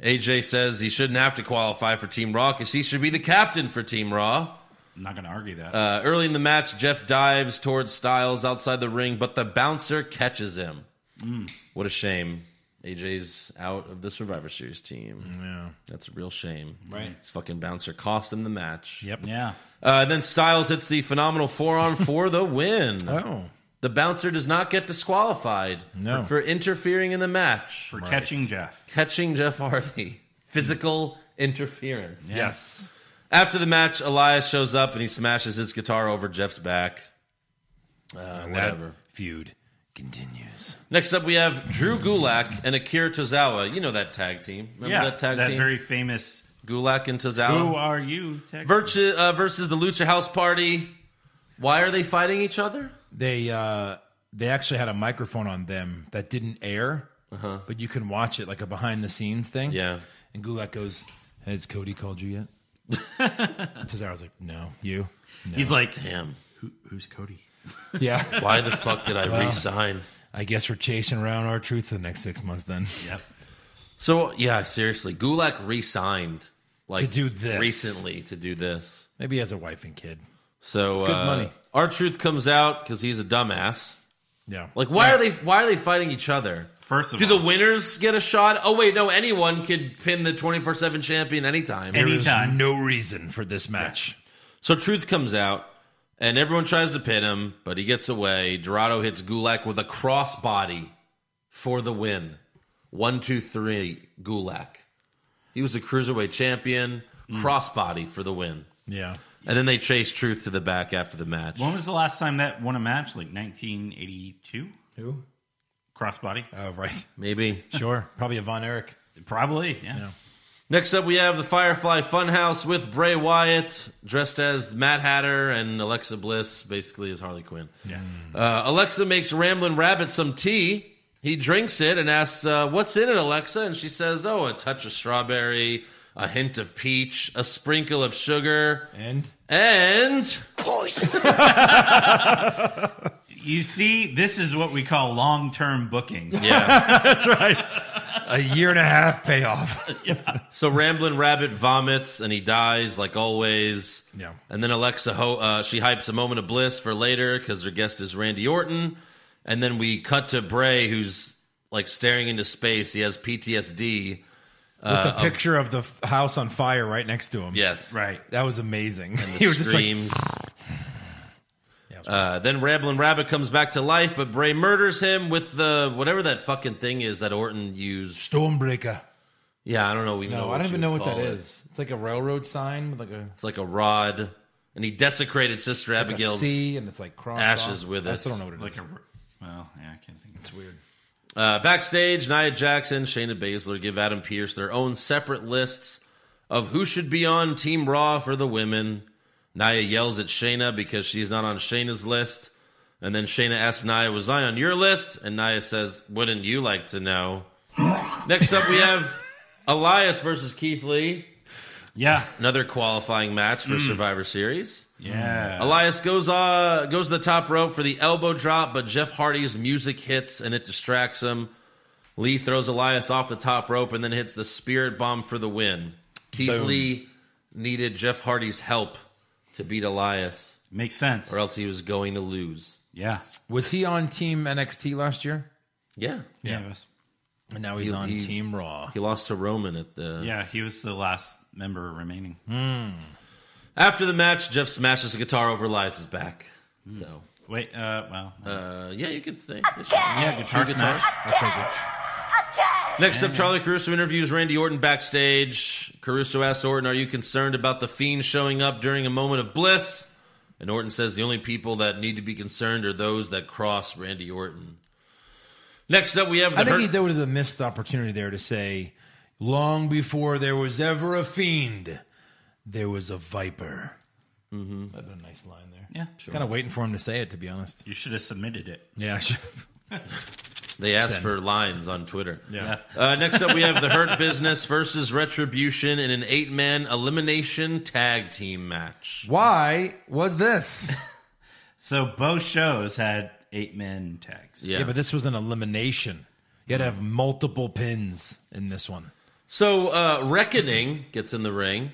Speaker 4: AJ says he shouldn't have to qualify for Team Raw because he should be the captain for Team Raw.
Speaker 6: I'm not gonna argue that.
Speaker 4: Uh, early in the match, Jeff dives towards Styles outside the ring, but the bouncer catches him.
Speaker 5: Mm.
Speaker 4: What a shame. AJ's out of the Survivor Series team.
Speaker 5: Yeah.
Speaker 4: That's a real shame. Right. His fucking bouncer cost him the match.
Speaker 5: Yep.
Speaker 6: yeah,
Speaker 4: Uh, then Styles hits the phenomenal
Speaker 5: [laughs]
Speaker 4: forearm for the win.
Speaker 5: Oh.
Speaker 4: The bouncer does not get disqualified
Speaker 5: No.
Speaker 4: for, for interfering in the match,
Speaker 6: for catching Jeff.
Speaker 4: catching Jeff Hardy. [laughs] Physical interference.
Speaker 5: Yes.
Speaker 4: After the match, Elias shows up and he smashes his guitar over Jeff's back. Uh, whatever.
Speaker 5: Feud continues.
Speaker 4: Next up, we have Drew Gulak and Akira Tozawa. You know that tag team. Remember
Speaker 6: yeah,
Speaker 4: that tag team? Um,
Speaker 6: very famous.
Speaker 4: Gulak and
Speaker 6: Who
Speaker 5: uh,
Speaker 4: Tozawa.
Speaker 6: are you? Tech?
Speaker 4: Virtu- uh, versus the Lucha House Party. Why are they fighting each other?
Speaker 5: They uh they actually had a microphone on them that didn't air, uh-huh. but you can watch it like a behind the scenes thing.
Speaker 4: Yeah.
Speaker 5: And Gulak goes, "Has Cody called you yet?" Tazaro's like, "No, you."
Speaker 6: He's like,
Speaker 4: Damn.
Speaker 6: Who, who's Cody?
Speaker 5: Yeah. [laughs]
Speaker 4: Why the fuck did I resign?
Speaker 5: I guess we're chasing around our truth for the next six months then.
Speaker 6: Yep.
Speaker 4: So yeah, seriously, Gulak re-signed like
Speaker 5: To do this.
Speaker 4: recently to do this.
Speaker 5: Maybe he has a wife and kid.
Speaker 4: So
Speaker 5: good
Speaker 4: uh,
Speaker 5: money.
Speaker 4: Our truth comes out because he's a dumbass.
Speaker 5: Yeah.
Speaker 4: Like, why are they? Why are they fighting each other?
Speaker 6: First of
Speaker 4: Do
Speaker 6: all,
Speaker 4: the winners get a shot? Oh wait, no. Anyone could pin the twenty four seven champion anytime.
Speaker 6: Any-
Speaker 5: There's
Speaker 6: Anytime.
Speaker 5: no reason for this match.
Speaker 4: so truth comes out, and everyone tries to pin him, but he gets away. Dorado hits Gulak with a crossbody for the win. One two three, Gulak. He was the cruiserweight champion. Crossbody for the win.
Speaker 5: Yeah.
Speaker 4: And then they chase Truth to the back after the match.
Speaker 6: When was the last time that won a match? Like 1982?
Speaker 5: Who?
Speaker 6: Crossbody?
Speaker 5: Oh, right.
Speaker 4: Maybe.
Speaker 5: Sure. [laughs] Probably a Von Erich.
Speaker 6: Probably, yeah.
Speaker 4: Next up, we have the Firefly Funhouse with Bray Wyatt dressed as Mad Hatter and Alexa Bliss, basically as Harley Quinn. Yeah. Uh, Alexa makes Ramblin' Rabbit some tea. He drinks it and asks, uh, "What's in it, Alexa?" And she says, "Oh, a touch of strawberry, a hint of peach, a sprinkle of sugar,
Speaker 5: And
Speaker 4: and
Speaker 6: You see, this is what we call long term booking.
Speaker 4: yeah."
Speaker 5: a year and a
Speaker 4: [laughs]
Speaker 5: half
Speaker 4: Uh,
Speaker 5: payoff.
Speaker 4: so Ramblin' Rabbit vomits and he dies, like always.
Speaker 5: Yeah.
Speaker 4: And then Alexa, ho- uh, she hypes a moment of bliss for later because her guest is Randy Orton. And then we cut to Bray, who's like staring into space. He has PTSD.
Speaker 5: With the picture of the f- house on fire right next to him.
Speaker 4: Yes.
Speaker 6: Right.
Speaker 5: That was amazing. [laughs]
Speaker 4: The
Speaker 5: He was just like, [sighs]
Speaker 4: screams. uh, then Ramblin' Rabbit comes back to life, but Bray murders him with the whatever that fucking thing is that Orton used.
Speaker 5: Stormbreaker.
Speaker 4: Yeah, I don't know. We
Speaker 5: No,
Speaker 4: know
Speaker 5: I don't
Speaker 4: you
Speaker 5: even know
Speaker 4: would
Speaker 5: what that
Speaker 4: call
Speaker 5: is.
Speaker 4: it.
Speaker 5: It's like a railroad sign with like a,
Speaker 4: It's like a rod, and he desecrated Sister
Speaker 5: it's a
Speaker 4: Abigail's
Speaker 5: C and it's like crossed
Speaker 4: ashes
Speaker 5: off.
Speaker 4: with
Speaker 5: I
Speaker 4: it.
Speaker 5: still don't know what it is.
Speaker 6: Like a, well, yeah, I can't think of it.
Speaker 5: it's weird.
Speaker 4: Uh, backstage, Nia Jackson, Shayna Baszler give Adam Pierce their own separate lists of who should be on Team Raw for the women. Nia yells at Shayna because she's not on Shayna's list. And then Shayna asks Nia, Was I on your list? And Nia says, Wouldn't you like to know? Next up, we have Elias versus Keith Lee, [laughs]
Speaker 6: Yeah.
Speaker 4: another qualifying match for Survivor Series.
Speaker 6: Yeah.
Speaker 4: Elias goes uh goes to the top rope for the elbow drop, but Jeff Hardy's music hits and it distracts him. Lee throws Elias off the top rope and then hits the spirit bomb for the win. Keith Lee needed Jeff Hardy's help to beat Elias,
Speaker 6: Makes sense.
Speaker 4: or else he was going to lose.
Speaker 6: Yeah.
Speaker 5: Was he on Team NXT last year?
Speaker 4: Yeah.
Speaker 6: Yeah. it was-
Speaker 5: And now he's
Speaker 4: He-
Speaker 5: on
Speaker 4: he-
Speaker 5: Team Raw.
Speaker 4: He lost to Roman at the
Speaker 6: Yeah, he was the last member remaining.
Speaker 4: Mm-hmm. After the match, Jeff smashes a guitar over Elias's back. So
Speaker 6: Wait, uh, well,
Speaker 4: uh, yeah, you could think.
Speaker 6: yeah, guitar
Speaker 4: guitars.
Speaker 6: smash.
Speaker 4: Next up, Charlie Caruso interviews Randy Orton backstage. Caruso asks Orton, Are you concerned about the Fiend showing up during a moment of bliss? And Orton says, The only people that need to be concerned are those that cross Randy Orton. Next up, we have the
Speaker 5: I think
Speaker 4: Hurt-
Speaker 5: he, there was a missed opportunity there to say, long before there was ever a fiend, there was a viper. Mm-hmm. That'd been a nice line there.
Speaker 6: Yeah, sure.
Speaker 5: Kind of waiting for him to say it, to be honest.
Speaker 6: You should have submitted it.
Speaker 5: Yeah. I should-
Speaker 4: They asked
Speaker 5: Send.
Speaker 4: for lines on Twitter.
Speaker 5: Yeah.
Speaker 4: Uh, next up, we have the Hurt Business versus Retribution in an eight man elimination tag team match.
Speaker 5: Why was this?
Speaker 6: So both shows had eight men tags.
Speaker 4: Yeah.
Speaker 5: Yeah, but this was an elimination. You had to have multiple pins in this one.
Speaker 4: So uh, Reckoning gets in the ring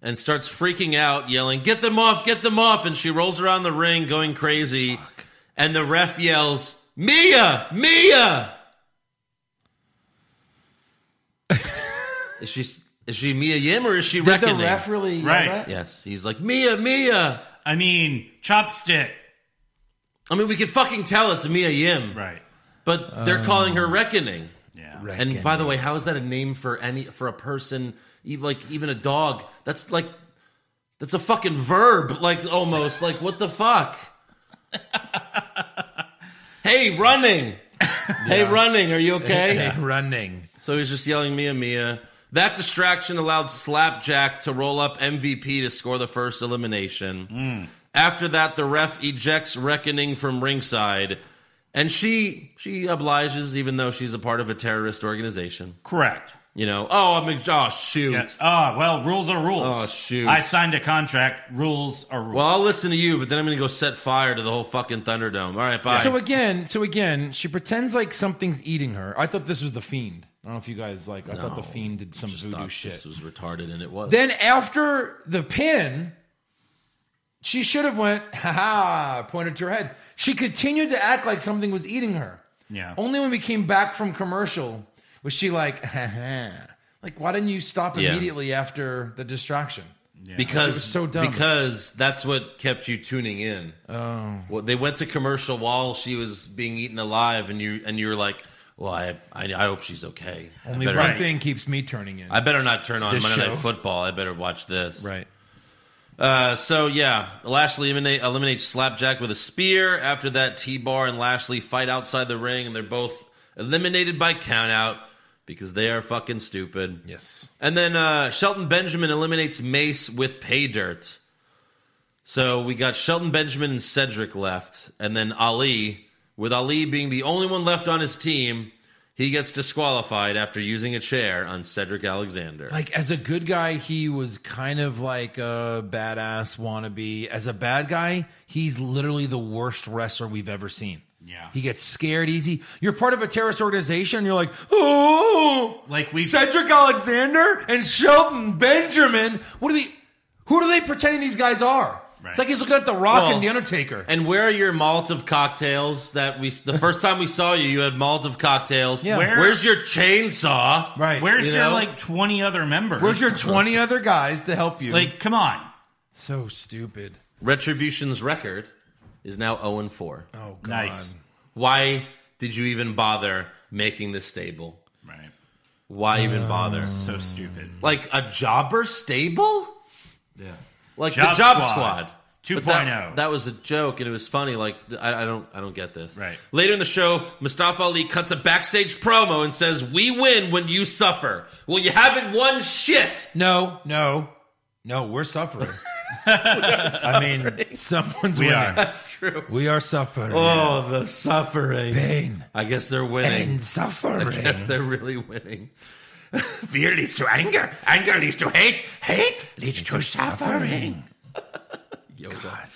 Speaker 4: and starts freaking out, yelling, Get them off, get them off. And she rolls around the ring going crazy. And the ref yells, Mia,
Speaker 5: [laughs]
Speaker 4: Mia. is she is she Mia Yim or is she
Speaker 5: Did
Speaker 4: Reckoning?
Speaker 5: the ref really yell
Speaker 6: Right.
Speaker 5: that?
Speaker 4: yes. He's like, Mia, Mia.
Speaker 6: I mean, chopstick.
Speaker 4: I mean, we could fucking tell it's Mia Yim,
Speaker 6: Right.
Speaker 4: but they're calling
Speaker 5: Um.
Speaker 4: her Reckoning.
Speaker 6: Yeah.
Speaker 5: Reckoning.
Speaker 4: [laughs] And by the way, how is that a name for any for a person? Even like even a dog. That's like that's a fucking verb. Like almost like what the fuck? hey, running. Hey, running. Are you okay?
Speaker 5: Hey, [laughs] running.
Speaker 4: So he's just yelling Mia Mia. That distraction allowed Slapjack to roll up MVP to score the first elimination.
Speaker 5: Hmm.
Speaker 4: After that, the ref ejects Reckoning from ringside, and she she obliges, even though she's a part of a terrorist organization.
Speaker 6: Correct.
Speaker 4: You know, oh, I'm oh shoot.
Speaker 6: Yeah. Oh, well, rules are rules.
Speaker 4: Oh, shoot.
Speaker 6: I signed a contract. Rules are rules.
Speaker 4: Well, I'll listen to you, but then I'm going to go set fire to the whole fucking Thunderdome. All right, bye.
Speaker 5: So again, so again, she pretends like something's eating her. I thought this was the fiend. I don't know if you guys like. I thought the fiend did some
Speaker 4: Just
Speaker 5: voodoo
Speaker 4: thought
Speaker 5: shit.
Speaker 4: This was retarded, and it was.
Speaker 5: Then after the pin, she should have went, [laughs] ha ha, pointed to her head. She continued to act like something was eating her.
Speaker 6: Yeah.
Speaker 5: Only when we came back from commercial was she like, [laughs] ha ha. Like, why didn't you stop
Speaker 4: Yeah.
Speaker 5: immediately after the distraction?
Speaker 4: because
Speaker 5: It was so dumb.
Speaker 4: because that's what kept you tuning in. Oh, well, they went to commercial while she was being eaten alive, and you and you were like, "Well, I I, I hope she's okay.
Speaker 5: Only
Speaker 4: I better,
Speaker 5: one thing keeps me turning in.
Speaker 4: I better not turn on
Speaker 5: This
Speaker 4: Monday Night
Speaker 5: show.
Speaker 4: Football. I better watch this."
Speaker 5: right.
Speaker 4: Uh, so yeah, Lashley eliminate, eliminates Slapjack with a spear. After that, T-Bar and Lashley fight outside the ring, and they're both eliminated by countout because they are fucking stupid.
Speaker 5: Yes.
Speaker 4: And then uh, Shelton Benjamin eliminates Mace with pay dirt. So we got Shelton Benjamin and Cedric left, and then Ali, with Ali being the only one left on his team, he gets disqualified after using a chair on Cedric Alexander.
Speaker 5: Like as a good guy, he was kind of like a badass wannabe. As a bad guy, he's literally the worst wrestler we've ever seen.
Speaker 6: Yeah.
Speaker 5: He gets scared easy. You're part of a terrorist organization and you're like, oh
Speaker 6: Like we've-
Speaker 5: Cedric Alexander and Shelton Benjamin. What are they who are they pretending these guys are?
Speaker 6: Right.
Speaker 5: It's like he's looking at The Rock
Speaker 4: Well,
Speaker 5: and The Undertaker.
Speaker 4: And where are your Molotov cocktails that we the first time we saw you you had Molotov cocktails.
Speaker 5: Yeah.
Speaker 6: Where-
Speaker 4: Where's your chainsaw?
Speaker 5: right.
Speaker 6: Where's
Speaker 5: you
Speaker 6: your
Speaker 5: know?
Speaker 6: like twenty other members?
Speaker 5: Where's your
Speaker 6: [laughs]
Speaker 5: twenty other guys to help you?
Speaker 6: like? Come on.
Speaker 5: so stupid.
Speaker 4: Retribution's record is now 0 and 4.
Speaker 5: Oh god.
Speaker 6: Nice.
Speaker 4: Why did you even bother making this stable?
Speaker 6: Right.
Speaker 4: Why even bother?
Speaker 6: So stupid.
Speaker 4: Like a jobber stable?
Speaker 6: Yeah.
Speaker 4: Like
Speaker 6: Job
Speaker 4: the job
Speaker 6: Squad.
Speaker 4: squad. But
Speaker 6: 2.0.
Speaker 4: That, that was a joke, and it was funny. Like th- I, I don't, I don't get this.
Speaker 6: Right.
Speaker 4: Later in the show, Mustafa Ali cuts a backstage promo and says, "We win when you suffer. Well, you haven't won shit." [laughs]
Speaker 5: No, no, no, we're suffering. I mean, someone's
Speaker 6: We
Speaker 5: winning.
Speaker 6: are.
Speaker 4: That's true.
Speaker 5: We are suffering.
Speaker 4: Oh, the suffering.
Speaker 5: Pain
Speaker 4: I guess they're winning.
Speaker 5: and suffering.
Speaker 4: [laughs] Yes, they're really winning. Fear leads to anger. Anger leads to hate. Hate leads to suffering. Yoda.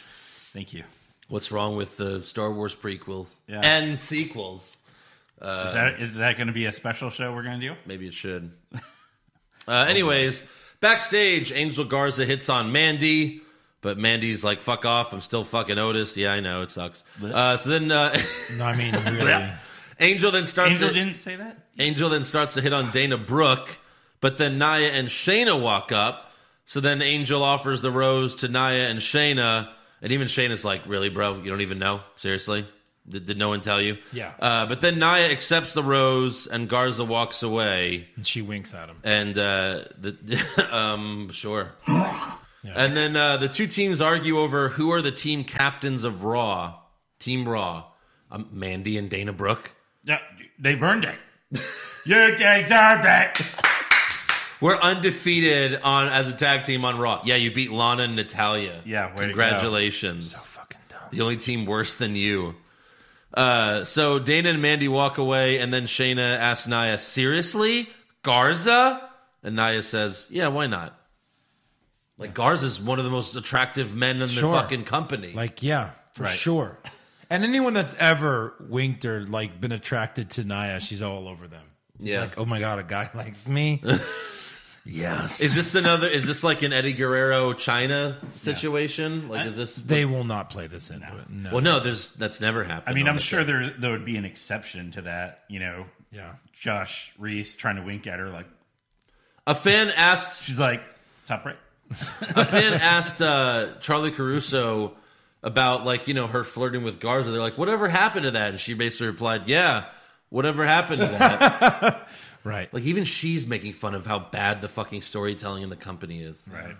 Speaker 6: Thank you.
Speaker 4: What's wrong with the Star Wars prequels
Speaker 6: Yeah.
Speaker 4: and sequels? Uh,
Speaker 6: Is that is that going to be a special show we're going to do?
Speaker 4: Maybe it should. [laughs] Uh, anyways, backstage, Angel Garza hits on Mandy, but Mandy's like, "Fuck off! I'm still fucking Otis." Yeah, I know it sucks. Uh, so then, uh, [laughs]
Speaker 5: No, I mean, really.
Speaker 4: Angel then starts.
Speaker 6: Angel
Speaker 4: to-
Speaker 6: didn't say that.
Speaker 4: Angel then starts to hit on Dana Brooke, but then Naya and Shayna walk up. So then Angel offers the rose to Naya and Shayna, and even Shayna's like, "Really, bro? You don't even know? Seriously? Did, did no one tell you?"
Speaker 5: Yeah.
Speaker 4: Uh, but then Naya accepts the rose, and Garza walks away,
Speaker 5: And she winks at him.
Speaker 4: and uh, the [laughs] um, sure. And then uh, the two teams argue over who are the team captains of Raw. Team Raw, um, Mandy and Dana Brooke.
Speaker 6: Yeah, they've
Speaker 4: [laughs]
Speaker 6: earned it. you deserve it.
Speaker 4: We're undefeated on as a tag team on Raw. Yeah, you beat Lana and Natalia.
Speaker 6: Yeah, way to go.
Speaker 4: congratulations.
Speaker 5: Fucking dumb.
Speaker 4: The only team worse than you. Uh, so Dana and Mandy walk away, and then Shayna asks Naya, "Seriously, Garza?" And Naya says, "Yeah, why not?" Like Garza's one of the most attractive men in
Speaker 5: Sure.
Speaker 4: the fucking company.
Speaker 5: Like, yeah, for
Speaker 6: Right.
Speaker 5: sure. And anyone that's ever winked or like been attracted to Naya, she's all over them.
Speaker 4: yeah.
Speaker 5: Like, oh my god, a guy
Speaker 4: [laughs]
Speaker 5: like me. yes.
Speaker 4: is this another? Is this like an Eddie Guerrero China situation? Like, is this?
Speaker 5: they will not play this into it. No.
Speaker 4: Well, no. There's that's never happened.
Speaker 6: I mean,
Speaker 4: on
Speaker 6: I'm
Speaker 4: the
Speaker 6: sure
Speaker 4: show.
Speaker 6: there there would be an exception to that. You know,
Speaker 5: Yeah.
Speaker 6: Josh Reese trying to wink at her like
Speaker 4: a fan asked
Speaker 6: she's like top right.
Speaker 4: fan asked uh, Charlie Caruso about like you know her flirting with Garza. They're like, whatever happened to that? And she basically replied, yeah, whatever happened to that?
Speaker 5: Right.
Speaker 4: like even she's making fun of how bad the fucking storytelling in the company is,
Speaker 6: Right.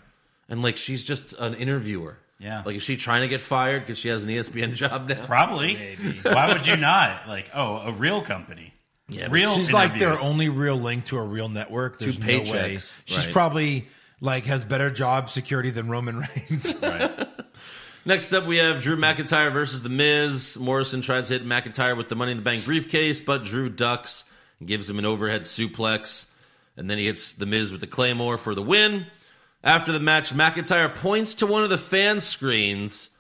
Speaker 4: and like she's just an interviewer.
Speaker 6: Yeah.
Speaker 4: like is she trying to get fired because she has an E ESPN job now?
Speaker 6: Probably. [laughs] Why would you not? Like, oh, a real company.
Speaker 4: Yeah,
Speaker 6: real.
Speaker 5: She's like their
Speaker 6: interviews.
Speaker 5: only real link to a real network. There's no way.
Speaker 4: paychecks,
Speaker 5: She's
Speaker 4: right.
Speaker 5: probably like has better job security than Roman
Speaker 4: [laughs]
Speaker 5: Reigns.
Speaker 4: Next up, we have Drew McIntyre versus The Miz. Morrison tries to hit McIntyre with the Money in the Bank briefcase, but Drew ducks and gives him an overhead suplex. And then he hits The Miz with the Claymore for the win. After the match, McIntyre points to one of the fan screens,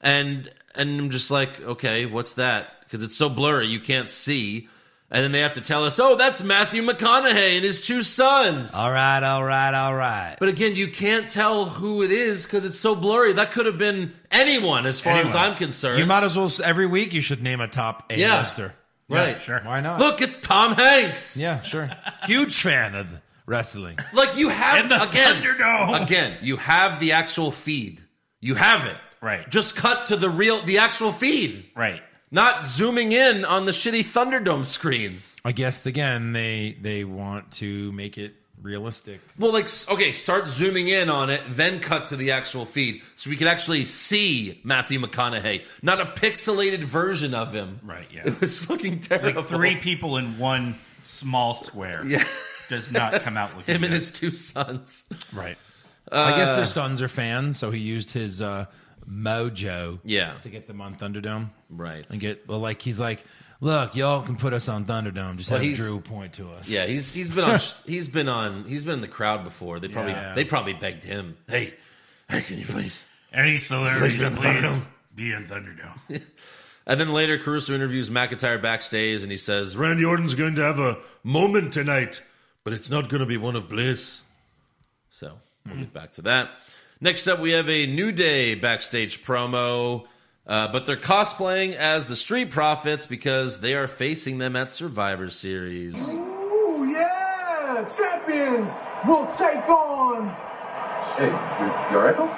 Speaker 4: and and I'm just like, okay, what's that? Because it's so blurry, you can't see. And then they have to tell us, oh, that's Matthew McConaughey and his two sons.
Speaker 5: [laughs] all right, all right, all right.
Speaker 4: But again, you can't tell who it is because it's so blurry. That could have been anyone, as far as
Speaker 6: Anyone.
Speaker 4: I'm concerned.
Speaker 5: You might as well every week you should name a top A
Speaker 4: Yeah.
Speaker 5: lister.
Speaker 4: right?
Speaker 6: sure.
Speaker 5: Why not?
Speaker 4: Look, it's Tom Hanks.
Speaker 5: Yeah, sure. Huge fan of wrestling.
Speaker 4: Like you have
Speaker 6: And the
Speaker 4: again,
Speaker 6: Thunderdome.
Speaker 4: again, you have the actual feed. You have it.
Speaker 6: Right.
Speaker 4: Just cut to the real, the actual feed,
Speaker 6: Right.
Speaker 4: not zooming in on the shitty Thunderdome screens.
Speaker 5: I guess again they they want to make it realistic.
Speaker 4: Well, like, s- okay, start zooming in on it, then cut to the actual feed so we can actually see Matthew McConaughey, not a pixelated version of him.
Speaker 6: Right, yeah.
Speaker 4: [laughs] It was fucking terrible.
Speaker 6: Like three people in one small square. Yeah. Does not come out
Speaker 4: [laughs]
Speaker 6: looking
Speaker 4: him and
Speaker 6: good.
Speaker 4: his two sons.
Speaker 5: Right.
Speaker 4: Uh,
Speaker 5: I guess their sons are fans, so he used his uh, mojo
Speaker 4: Yeah.
Speaker 5: to get them on Thunderdome
Speaker 4: Right.
Speaker 5: and get. Well, like he's like, look, y'all can put us on Thunderdome. Just
Speaker 4: Well,
Speaker 5: have
Speaker 4: he's-
Speaker 5: Drew point to us.
Speaker 4: Yeah, he's he's been on sh- he's been on he's been in the crowd before. They probably
Speaker 5: Yeah.
Speaker 4: they probably begged him, "Hey, hey, can you please?"
Speaker 6: Any celebrities,
Speaker 4: Please be in
Speaker 6: please
Speaker 4: Thunderdome.
Speaker 6: be in
Speaker 4: [laughs]
Speaker 6: Thunderdome.
Speaker 4: And then later, Caruso interviews McIntyre backstage, and he says, "Randy Orton's going to have a moment tonight, but it's not going to be one of bliss." So we'll get back to that. Next up, we have a New Day backstage promo, uh, but they're cosplaying as the Street Profits because they are facing them at Survivor Series.
Speaker 7: Ooh, yeah! Champions will take on.
Speaker 8: Hey, you, you all right, Paul?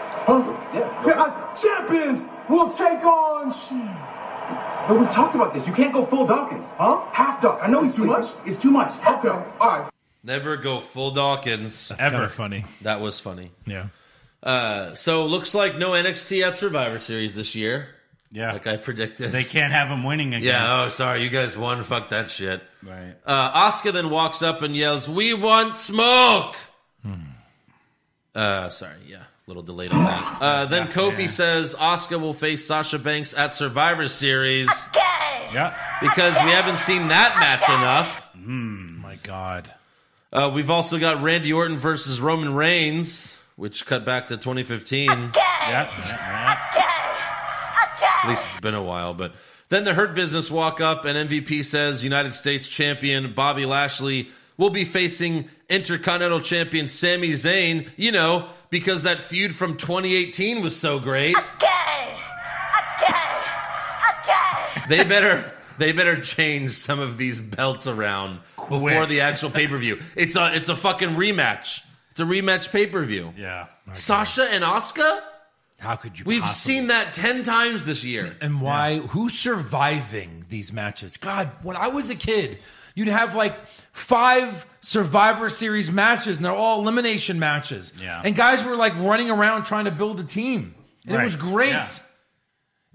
Speaker 7: Huh?
Speaker 8: Yeah.
Speaker 7: Yeah, uh, champions will take on. Shit.
Speaker 8: But we talked about this. You can't go full Dawkins.
Speaker 7: Huh?
Speaker 8: Half Dawk. I know it's too much. It's too much. Half
Speaker 7: Okay,
Speaker 8: Dawk.
Speaker 7: all right.
Speaker 4: Never go full Dawkins.
Speaker 6: Ever.
Speaker 5: funny.
Speaker 4: That was funny.
Speaker 5: Yeah.
Speaker 4: Uh, so looks like no NXT at Survivor Series this year,
Speaker 6: Yeah.
Speaker 4: like I predicted.
Speaker 6: They can't have him winning again.
Speaker 4: yeah. Oh, sorry, you guys won. Fuck that shit.
Speaker 6: Right.
Speaker 4: Uh, Oscar then walks up and yells, "We want smoke." Uh, sorry, yeah, a little delayed on that. Uh, then Kofi says Oscar will face Sasha Banks at Survivor Series
Speaker 6: Yeah.
Speaker 4: because we haven't seen that match enough.
Speaker 5: My God.
Speaker 4: Uh, we've also got Randy Orton versus Roman Reigns, which cut back to 2015. At
Speaker 6: Yeah. yeah,
Speaker 4: least it's been a while, but then the Hurt Business walk up and MVP says United States Champion Bobby Lashley will be facing Intercontinental Champion Sami Zayn. You know, because that feud from 2018 was so great.
Speaker 6: [laughs]
Speaker 4: They better. They better change some of these belts around before
Speaker 6: Quick.
Speaker 4: the actual pay per view. It's a it's a fucking rematch. It's a rematch pay per view.
Speaker 6: yeah. Yeah.
Speaker 4: Sasha and Oscar.
Speaker 5: How could you?
Speaker 4: We've
Speaker 5: possibly-
Speaker 4: seen that ten times this year.
Speaker 5: and why who's surviving these matches god when i was a kid you'd have like five survivor series matches and they're all elimination matches
Speaker 6: Yeah.
Speaker 5: and guys were like running around trying to build a team and it
Speaker 6: Right.
Speaker 5: was great
Speaker 6: Yeah.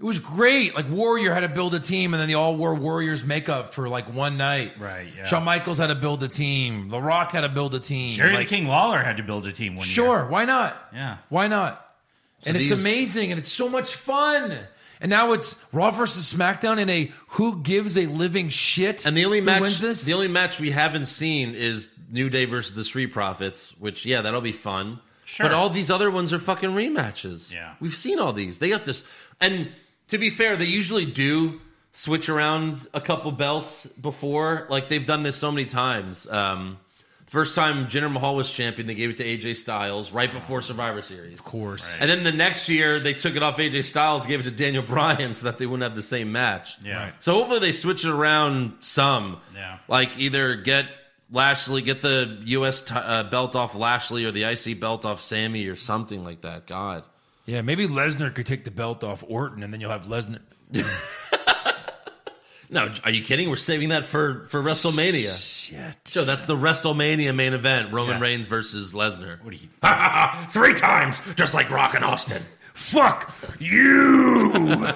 Speaker 5: it was great like warrior had to build a team and then they all wore warriors makeup for like one night
Speaker 6: Right, yeah.
Speaker 5: shawn michaels had to build a team the rock had to build a team
Speaker 6: Jerry
Speaker 5: Like,
Speaker 6: the King Lawler had to build a team one
Speaker 5: Sure,
Speaker 6: year.
Speaker 5: why not?
Speaker 6: Yeah.
Speaker 5: Why not? and it's
Speaker 4: these-
Speaker 5: amazing and it's so much fun. And now it's Raw versus SmackDown in a who gives a living shit.
Speaker 4: And the only
Speaker 5: who
Speaker 4: match
Speaker 5: wins this?
Speaker 4: the only match we haven't seen is New Day versus the Street Profits, which yeah, that'll be fun.
Speaker 6: Sure.
Speaker 4: But all these other ones are fucking rematches.
Speaker 6: Yeah.
Speaker 4: We've seen all these. They have this and to be fair, they usually do switch around a couple belts before. Like they've done this so many times. Um First time Jinder Mahal was champion, they gave it to AJ Styles right before Survivor Series. Of
Speaker 5: course.
Speaker 4: And then the next year, they took it off AJ Styles, gave it to Daniel [laughs] Bryan so that they wouldn't have the same match.
Speaker 6: Yeah. Right.
Speaker 4: So hopefully they switch it around some.
Speaker 6: Yeah.
Speaker 4: Like either get Lashley, get the U.S. T- uh, belt off Lashley or the IC belt off Sammy or something like that. God.
Speaker 5: yeah, maybe Lesnar could take the belt off Orton, and then you'll have Lesnar.
Speaker 4: No, are you kidding? We're saving that for, for WrestleMania.
Speaker 5: Shit.
Speaker 4: So
Speaker 5: [laughs]
Speaker 4: that's the WrestleMania main event Roman
Speaker 6: Yeah.
Speaker 4: Reigns versus Lesnar.
Speaker 6: What are you?
Speaker 4: Three times, just like Rock and Austin.
Speaker 5: Fuck [laughs] you.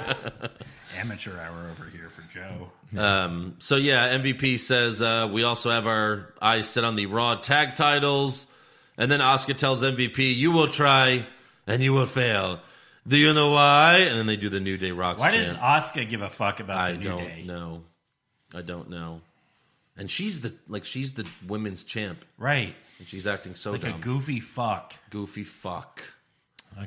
Speaker 6: Amateur hour over here for Joe.
Speaker 4: So yeah, MVP says uh, we also have our eyes set on the Raw tag titles, and then Oscar tells MVP, "You will try and you will fail. Do you know why?" And then they do the New Day Rocks.
Speaker 6: Why does
Speaker 4: chant.
Speaker 6: Oscar give a fuck about
Speaker 4: I
Speaker 6: the New
Speaker 4: don't
Speaker 6: Day?
Speaker 4: know? I don't know. And she's the like she's the women's champ,
Speaker 6: Right.
Speaker 4: and she's acting so
Speaker 6: Like a
Speaker 4: dumb,
Speaker 6: goofy fuck.
Speaker 4: goofy fuck.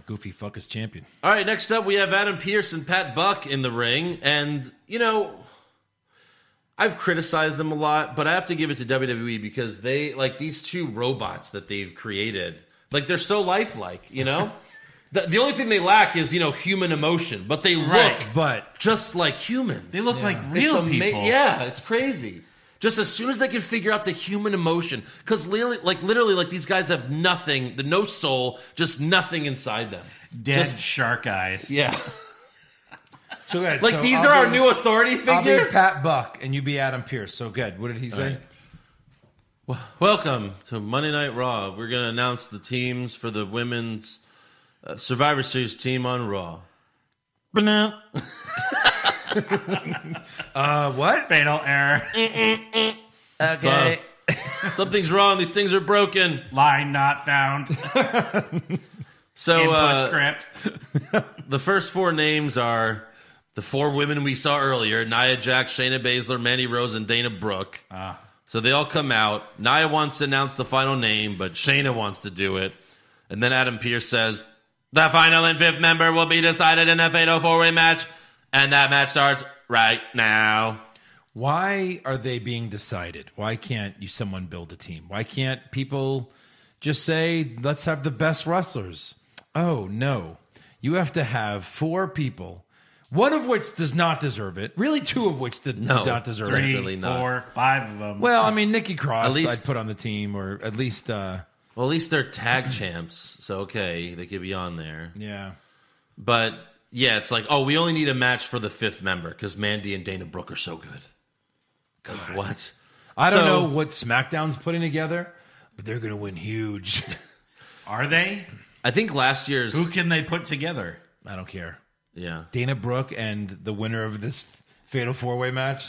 Speaker 5: goofy fuck is champion.
Speaker 4: All right, next up we have Adam Pearce and Pat Buck in the ring, and you know, I've criticized them a lot, but I have to give it to WWE because they like these two robots that they've created. Like they're so lifelike, you
Speaker 6: [laughs]
Speaker 4: know. the, the only thing they lack is you know human emotion, but they
Speaker 6: Right.
Speaker 4: look
Speaker 5: But
Speaker 4: just like humans.
Speaker 6: They look like
Speaker 4: It's
Speaker 6: real
Speaker 4: ama-
Speaker 6: people.
Speaker 4: Yeah, it's crazy. Just as soon as they can figure out the human emotion, because literally, like literally, like these guys have nothing, no soul, just nothing inside them.
Speaker 6: Dead
Speaker 4: Just-
Speaker 6: shark eyes.
Speaker 4: Yeah.
Speaker 5: so good.
Speaker 4: Like
Speaker 5: So
Speaker 4: these
Speaker 5: I'll
Speaker 4: are our
Speaker 5: be-
Speaker 4: new authority
Speaker 5: I'll be
Speaker 4: figures.
Speaker 5: Pat Buck, and you be Adam Pierce. So good. What did he say?
Speaker 4: Wel- Welcome to Monday Night Raw. We're going to announce the teams for the women's uh, Survivor Series team on Raw. Ba-na.
Speaker 5: Uh, what?
Speaker 6: Fatal
Speaker 4: [laughs]
Speaker 6: error.
Speaker 4: Okay. Something's wrong. These things are broken.
Speaker 6: Line not found.
Speaker 4: So
Speaker 6: Input
Speaker 4: uh,
Speaker 6: script.
Speaker 4: the first four names are the four women we saw earlier: Nia Jack, Shayna Baszler, Mandy Rose, and Dana Brooke. So they all come out. Nia wants to announce the final name, but Shayna wants to do it. And then Adam Pierce says, "The final and fifth member will be decided in a fatal four-way match, and that match starts right now."
Speaker 5: Why are they being decided? Why can't you someone build a team? Why can't people just say, let's have the best wrestlers? Oh, no. You have to have four people, one of which does not deserve it, really, two of which did
Speaker 4: No,
Speaker 5: not deserve
Speaker 4: three.
Speaker 5: it.
Speaker 4: Definitely
Speaker 6: Three,
Speaker 4: not.
Speaker 6: four, five of them.
Speaker 5: Well, I mean, Nikki Cross,
Speaker 4: At least-
Speaker 5: I'd put on the team, or at least, uh,
Speaker 4: Well, at least they're tag champs, so okay, they could be on there.
Speaker 5: yeah.
Speaker 4: But yeah, it's like, oh, we only need a match for the fifth member because Mandy and Dana Brooke are so good. God. What?
Speaker 5: I
Speaker 4: So-
Speaker 5: don't know what SmackDown's putting together, but they're going to win huge. [laughs]
Speaker 6: Are they?
Speaker 4: I think last year's.
Speaker 6: Who can they put together?
Speaker 5: I don't care.
Speaker 4: yeah.
Speaker 5: Dana Brooke and the winner of this fatal four way match.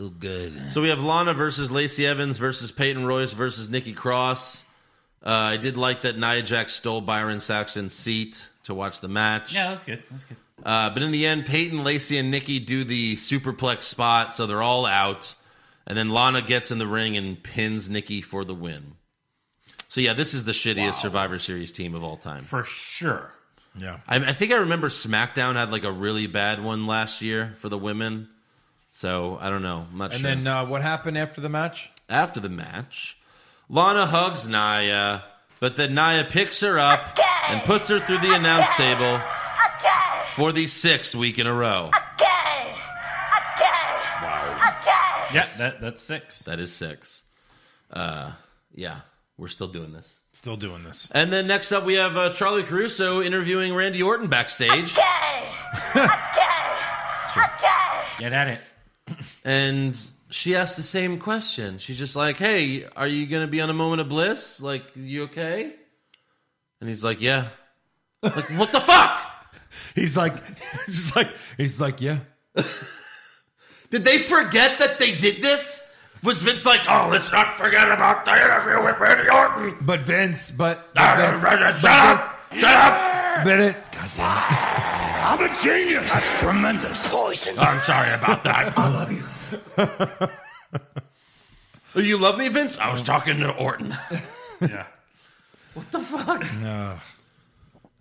Speaker 5: Oh, good.
Speaker 4: So we have Lana versus Lacey Evans versus Peyton Royce versus Nikki Cross. Uh, I did like that Nia Jax stole Byron Saxton's seat to watch the match.
Speaker 6: Yeah, that's good. That's good.
Speaker 4: Uh, but in the end, Peyton, Lacey, and Nikki do the superplex spot, so they're all out. And then Lana gets in the ring and pins Nikki for the win. So yeah, this is the shittiest Survivor Series team of all time.
Speaker 6: For sure.
Speaker 5: Yeah.
Speaker 4: I, I think I remember SmackDown had like a really bad one last year for the women. So I don't know. I'm not
Speaker 5: And
Speaker 4: sure.
Speaker 5: then uh, what happened after the match?
Speaker 4: After the match, Lana hugs Naya, but then Naya picks her up and puts her through the announce table for the sixth week in a row.
Speaker 6: Yeah, that, that's six.
Speaker 4: That is six. Uh, yeah, we're still doing this.
Speaker 5: Still doing this.
Speaker 4: And then next up, we have uh, Charlie Caruso interviewing Randy Orton backstage.
Speaker 6: Get at it.
Speaker 4: and she asked the same question. She's just like, "Hey, are you gonna be on a moment of bliss? Like, you okay?" And he's like, "Yeah." Like, what the fuck?
Speaker 5: He's like, [laughs] just like he's like, yeah.
Speaker 4: Did they forget that they did this? Was Vince like, "Oh, let's not forget about the interview with Randy Orton"?
Speaker 5: But Vince, but
Speaker 4: Shut up! Shut up!
Speaker 5: Bennett.
Speaker 9: I'm a genius. That's tremendous. Poison. I'm sorry about that.
Speaker 8: I love you.
Speaker 4: Oh, you love me, Vince? I was talking to [laughs] Orton.
Speaker 6: Yeah.
Speaker 4: What the fuck?
Speaker 5: uh,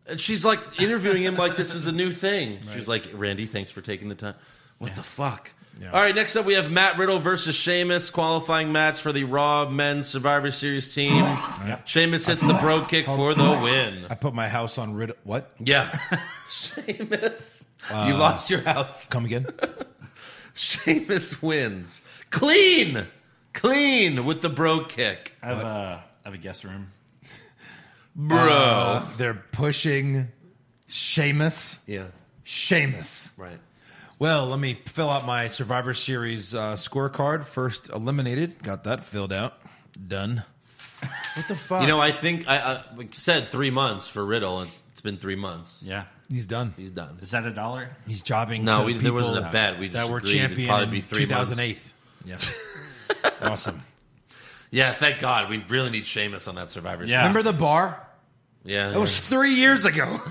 Speaker 4: And she's like interviewing him like this is a new thing. She's like, Randy, thanks for taking the time. What the fuck? All right, next up we have Matt Riddle versus Sheamus qualifying match for the Raw Men's Survivor Series team. [gasps] Sheamus hits the bro kick for the win.
Speaker 5: I put my house on rid. What?
Speaker 4: [laughs] Yeah. Sheamus. you lost your house.
Speaker 5: Come again?
Speaker 4: Sheamus wins. Clean. Clean with the bro kick.
Speaker 6: I have, uh, I have a guest room.
Speaker 4: Bro.
Speaker 5: They're pushing Seamus.
Speaker 4: yeah.
Speaker 5: Seamus.
Speaker 4: Right.
Speaker 5: Well, let me fill out my Survivor Series uh, scorecard. First eliminated. Got that filled out. Done. What the fuck?
Speaker 4: You know, I think I, I said three months for Riddle, and it's been three months.
Speaker 6: Yeah.
Speaker 5: he's done.
Speaker 4: He's done.
Speaker 6: Is that a dollar?
Speaker 5: He's jobbing.
Speaker 4: No,
Speaker 5: to
Speaker 4: we-
Speaker 5: people
Speaker 4: there wasn't a bet. We just
Speaker 5: that were
Speaker 4: agreed it'd
Speaker 5: champion
Speaker 4: probably be
Speaker 5: in
Speaker 4: three months.
Speaker 5: 2008. Yes. [laughs] awesome.
Speaker 4: Yeah, thank God. We really need Sheamus on that Survivor
Speaker 6: Yeah.
Speaker 5: Remember the bar?
Speaker 4: Series. Yeah.
Speaker 5: That was three
Speaker 4: [laughs]
Speaker 5: years ago.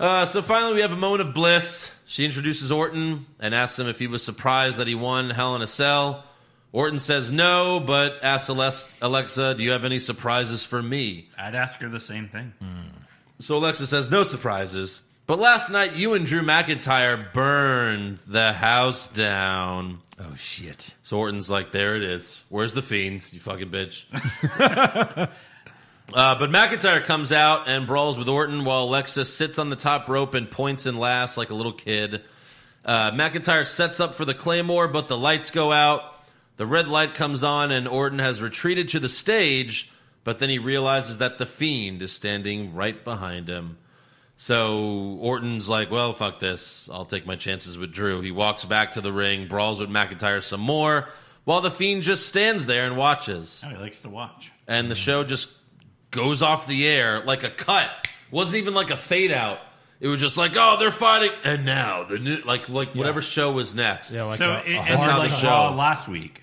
Speaker 4: Uh, so finally, we have a moment of bliss. She introduces Orton and asks him if he was surprised that he won Hell in a Cell. Orton says no, but asks Alex- Alexa, do you have any surprises for me?
Speaker 6: I'd ask her the same thing.
Speaker 4: Mm. So Alexa says no surprises. But last night, you and Drew McIntyre burned the house down.
Speaker 5: oh shit.
Speaker 4: So Orton's like, there it is. Where's the fiends? You fucking bitch. uh, but McIntyre comes out and brawls with Orton while Alexa sits on the top rope and points and laughs like a little kid. Uh, McIntyre sets up for the Claymore, but the lights go out. The red light comes on, and Orton has retreated to the stage, but then he realizes that the Fiend is standing right behind him. So Orton's like, well, fuck this. I'll take my chances with Drew. He walks back to the ring, brawls with McIntyre some more. while the Fiend just stands there and watches.
Speaker 6: Oh, he likes to watch.
Speaker 4: And the show just goes off the air like a cut. Wasn't even like a fade out. It was just like, oh, they're fighting, and now the new, like, like whatever show was next.
Speaker 5: Yeah,
Speaker 4: Yeah,
Speaker 5: like
Speaker 6: so
Speaker 5: a,
Speaker 6: it,
Speaker 5: a
Speaker 6: it's
Speaker 5: hard-
Speaker 4: uh, how
Speaker 6: like
Speaker 4: the show-
Speaker 6: Raw last week.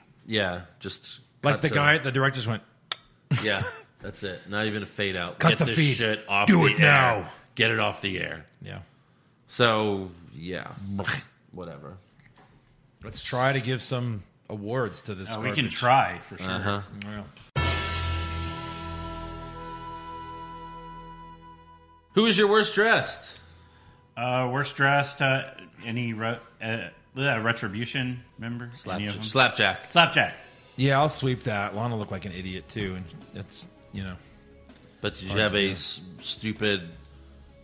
Speaker 4: just
Speaker 5: like
Speaker 4: cut
Speaker 5: the
Speaker 4: to-
Speaker 5: guy, the directors went.
Speaker 4: [laughs] Yeah, that's it. Not even a fade out.
Speaker 5: Cut
Speaker 4: Get
Speaker 5: the
Speaker 4: this
Speaker 5: feed.
Speaker 4: shit off
Speaker 5: Do
Speaker 4: the air.
Speaker 5: it now.
Speaker 4: Get it off the air.
Speaker 5: Yeah,
Speaker 4: So
Speaker 5: [laughs]
Speaker 4: yeah, whatever.
Speaker 5: let's try to give some awards to this.
Speaker 6: Uh, we can
Speaker 5: garbage.
Speaker 6: try for sure.
Speaker 4: Uh-huh.
Speaker 5: Yeah.
Speaker 4: Who is your worst dressed?
Speaker 6: Uh, worst dressed. Uh, any re- uh, uh, retribution? Remember
Speaker 4: Slap,
Speaker 6: Any of them?
Speaker 4: slapjack.
Speaker 6: Slapjack.
Speaker 5: Yeah, I'll sweep that. Lana looked like an idiot too, and it's you know.
Speaker 4: But did you have a s- stupid?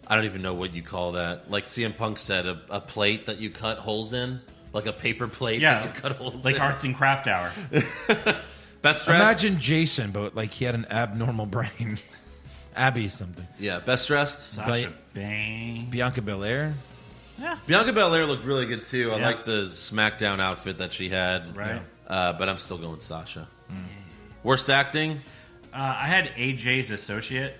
Speaker 4: I don't even know what you call that. Like CM Punk said, a, a plate that you cut holes in, like a paper plate [laughs]
Speaker 6: Yeah,
Speaker 4: that you cut holes
Speaker 6: like
Speaker 4: in.
Speaker 6: arts and craft hour.
Speaker 4: best dressed.
Speaker 5: Imagine Jason, but like he had an abnormal [laughs] brain. Abby something.
Speaker 4: Yeah, best dressed.
Speaker 6: Sasha Bang.
Speaker 5: Bianca Belair.
Speaker 4: Bianca Belair looked really good too. I
Speaker 6: Yeah.
Speaker 4: like the SmackDown outfit that she had.
Speaker 6: Right. Mm.
Speaker 4: Uh, but I'm still going Sasha. Worst acting.
Speaker 6: Uh, I had AJ's associate.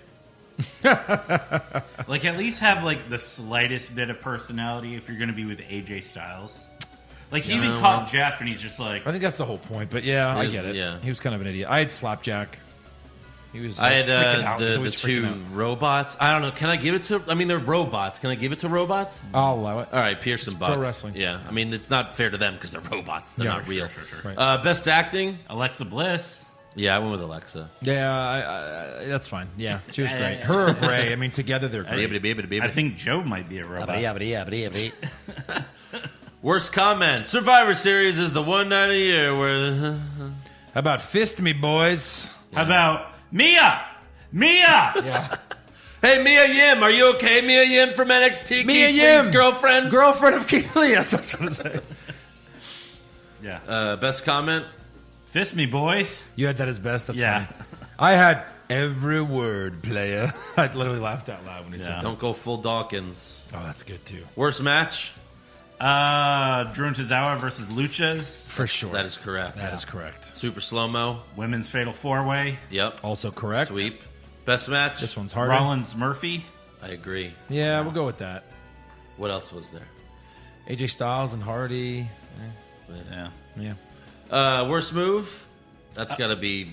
Speaker 6: like, at least have like the slightest bit of personality if you're going to be with AJ Styles. Like, he even
Speaker 4: Yeah,
Speaker 6: called
Speaker 4: well-
Speaker 6: Jeff, and he's just like,
Speaker 5: I think that's the whole point, but yeah, I
Speaker 4: He was-
Speaker 5: get it.
Speaker 4: yeah.
Speaker 5: He was kind of an idiot. I had Slapjack. He was.
Speaker 4: I
Speaker 5: like,
Speaker 4: had
Speaker 5: freaking
Speaker 4: uh,
Speaker 5: out.
Speaker 4: the,
Speaker 5: He
Speaker 4: the
Speaker 5: was
Speaker 4: two
Speaker 5: freaking out.
Speaker 4: robots. I don't know. Can I give it to? I mean, they're robots. Can I give it to robots?
Speaker 5: I'll allow it.
Speaker 4: All right, Pearson Buck.
Speaker 5: pro wrestling.
Speaker 4: Yeah, I mean, it's not fair to them because they're [laughs] robots. They're
Speaker 5: Yeah,
Speaker 4: not
Speaker 5: sure,
Speaker 4: real.
Speaker 5: sure, sure. Right.
Speaker 4: Uh, best acting.
Speaker 6: Alexa Bliss.
Speaker 4: Yeah, I went with Alexa.
Speaker 5: Yeah, I, I, I- that's fine. Yeah, she was great. Her or Bray. I mean,
Speaker 4: [laughs]
Speaker 5: together they're great.
Speaker 6: I think Joe might be a robot.
Speaker 4: Worst comment. Survivor Series is the one night a year where.
Speaker 5: How about fist me, boys?
Speaker 6: How about Mia? Mia!
Speaker 4: Hey, Mia Yim, are you okay? Mia Yim from NXT.
Speaker 5: Mia
Speaker 4: Keith
Speaker 5: Yim!
Speaker 4: Lee's girlfriend.
Speaker 5: Girlfriend of Keely. [laughs] That's what I'm trying to say.
Speaker 6: Yeah.
Speaker 4: uh, best comment.
Speaker 6: Fist me, boys.
Speaker 5: You had that as best. That's
Speaker 6: Yeah.
Speaker 5: funny. I had every word, player. [laughs] I literally laughed out loud when he said
Speaker 6: Yeah.
Speaker 5: that.
Speaker 4: Don't go full Dawkins.
Speaker 5: Oh, that's good too.
Speaker 4: Worst match.
Speaker 6: Uh, Drew and Tozawa versus Luchas.
Speaker 5: For sure.
Speaker 4: That is correct.
Speaker 5: That is correct.
Speaker 4: Super slow mo.
Speaker 6: Women's Fatal Four Way.
Speaker 4: Yep.
Speaker 5: Also correct.
Speaker 4: Sweep. Best match.
Speaker 5: This one's harder.
Speaker 6: Rollins Murphy.
Speaker 4: I agree.
Speaker 5: Yeah, we'll go with that.
Speaker 4: What else was there?
Speaker 5: AJ Styles and Hardy.
Speaker 6: Yeah.
Speaker 5: Yeah.
Speaker 4: Uh, worst move? That's
Speaker 5: Uh,
Speaker 4: got to be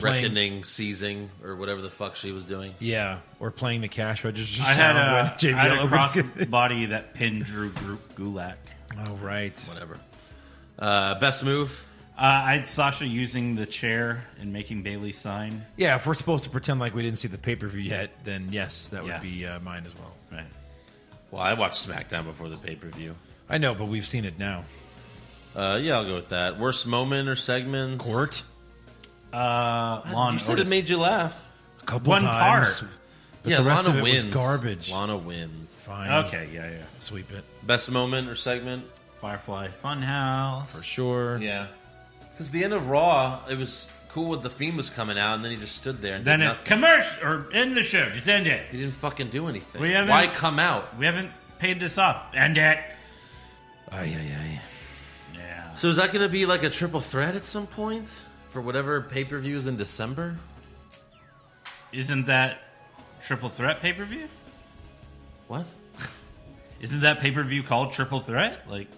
Speaker 5: Playing-
Speaker 4: reckoning, seizing, or whatever the fuck she was doing.
Speaker 5: Yeah. Or playing the cash register
Speaker 6: I had
Speaker 5: sound
Speaker 6: a,
Speaker 5: when JBL
Speaker 6: I had a
Speaker 5: opened-
Speaker 6: [laughs] cross body that pinned Drew Gru- Gulak.
Speaker 5: [laughs] Oh, right.
Speaker 4: Whatever. Uh, best move?
Speaker 6: Uh, I had Sasha using the chair and making Bailey sign.
Speaker 5: Yeah, if we're supposed to pretend like we didn't see the pay per view yet, then yes, that would
Speaker 6: Yeah.
Speaker 5: be uh, mine as well.
Speaker 6: Right.
Speaker 4: Well, I watched SmackDown before the pay per view.
Speaker 5: I know, but we've seen it now.
Speaker 4: Uh, yeah, I'll go with that. Worst moment or segment?
Speaker 5: Court?
Speaker 6: Uh, Lon
Speaker 4: You should
Speaker 6: Otis.
Speaker 4: have made you laugh.
Speaker 5: A couple
Speaker 6: One
Speaker 5: times.
Speaker 6: part.
Speaker 5: But
Speaker 4: yeah,
Speaker 5: the rest
Speaker 4: Lana
Speaker 5: of it
Speaker 4: wins.
Speaker 5: was garbage.
Speaker 4: Lana wins.
Speaker 5: Fine.
Speaker 6: Okay, yeah, yeah.
Speaker 5: Sweep it.
Speaker 4: Best moment or segment?
Speaker 6: Firefly Funhouse.
Speaker 5: For sure.
Speaker 4: Yeah. Because the end of Raw, it was cool when the Fiend was coming out, and then he just stood there and
Speaker 6: Then
Speaker 4: did
Speaker 6: it's
Speaker 4: nothing.
Speaker 6: commercial or end the show. Just end it.
Speaker 4: He didn't fucking do anything.
Speaker 6: We haven't-
Speaker 4: Why come out?
Speaker 6: We haven't paid this off. End it.
Speaker 5: Ay, ay,
Speaker 6: Yeah.
Speaker 4: So is that going to be like a triple threat at some point for whatever pay per views in December?
Speaker 6: Isn't that Triple Threat pay per view?
Speaker 4: What?
Speaker 6: Isn't that pay per view called Triple Threat? Like,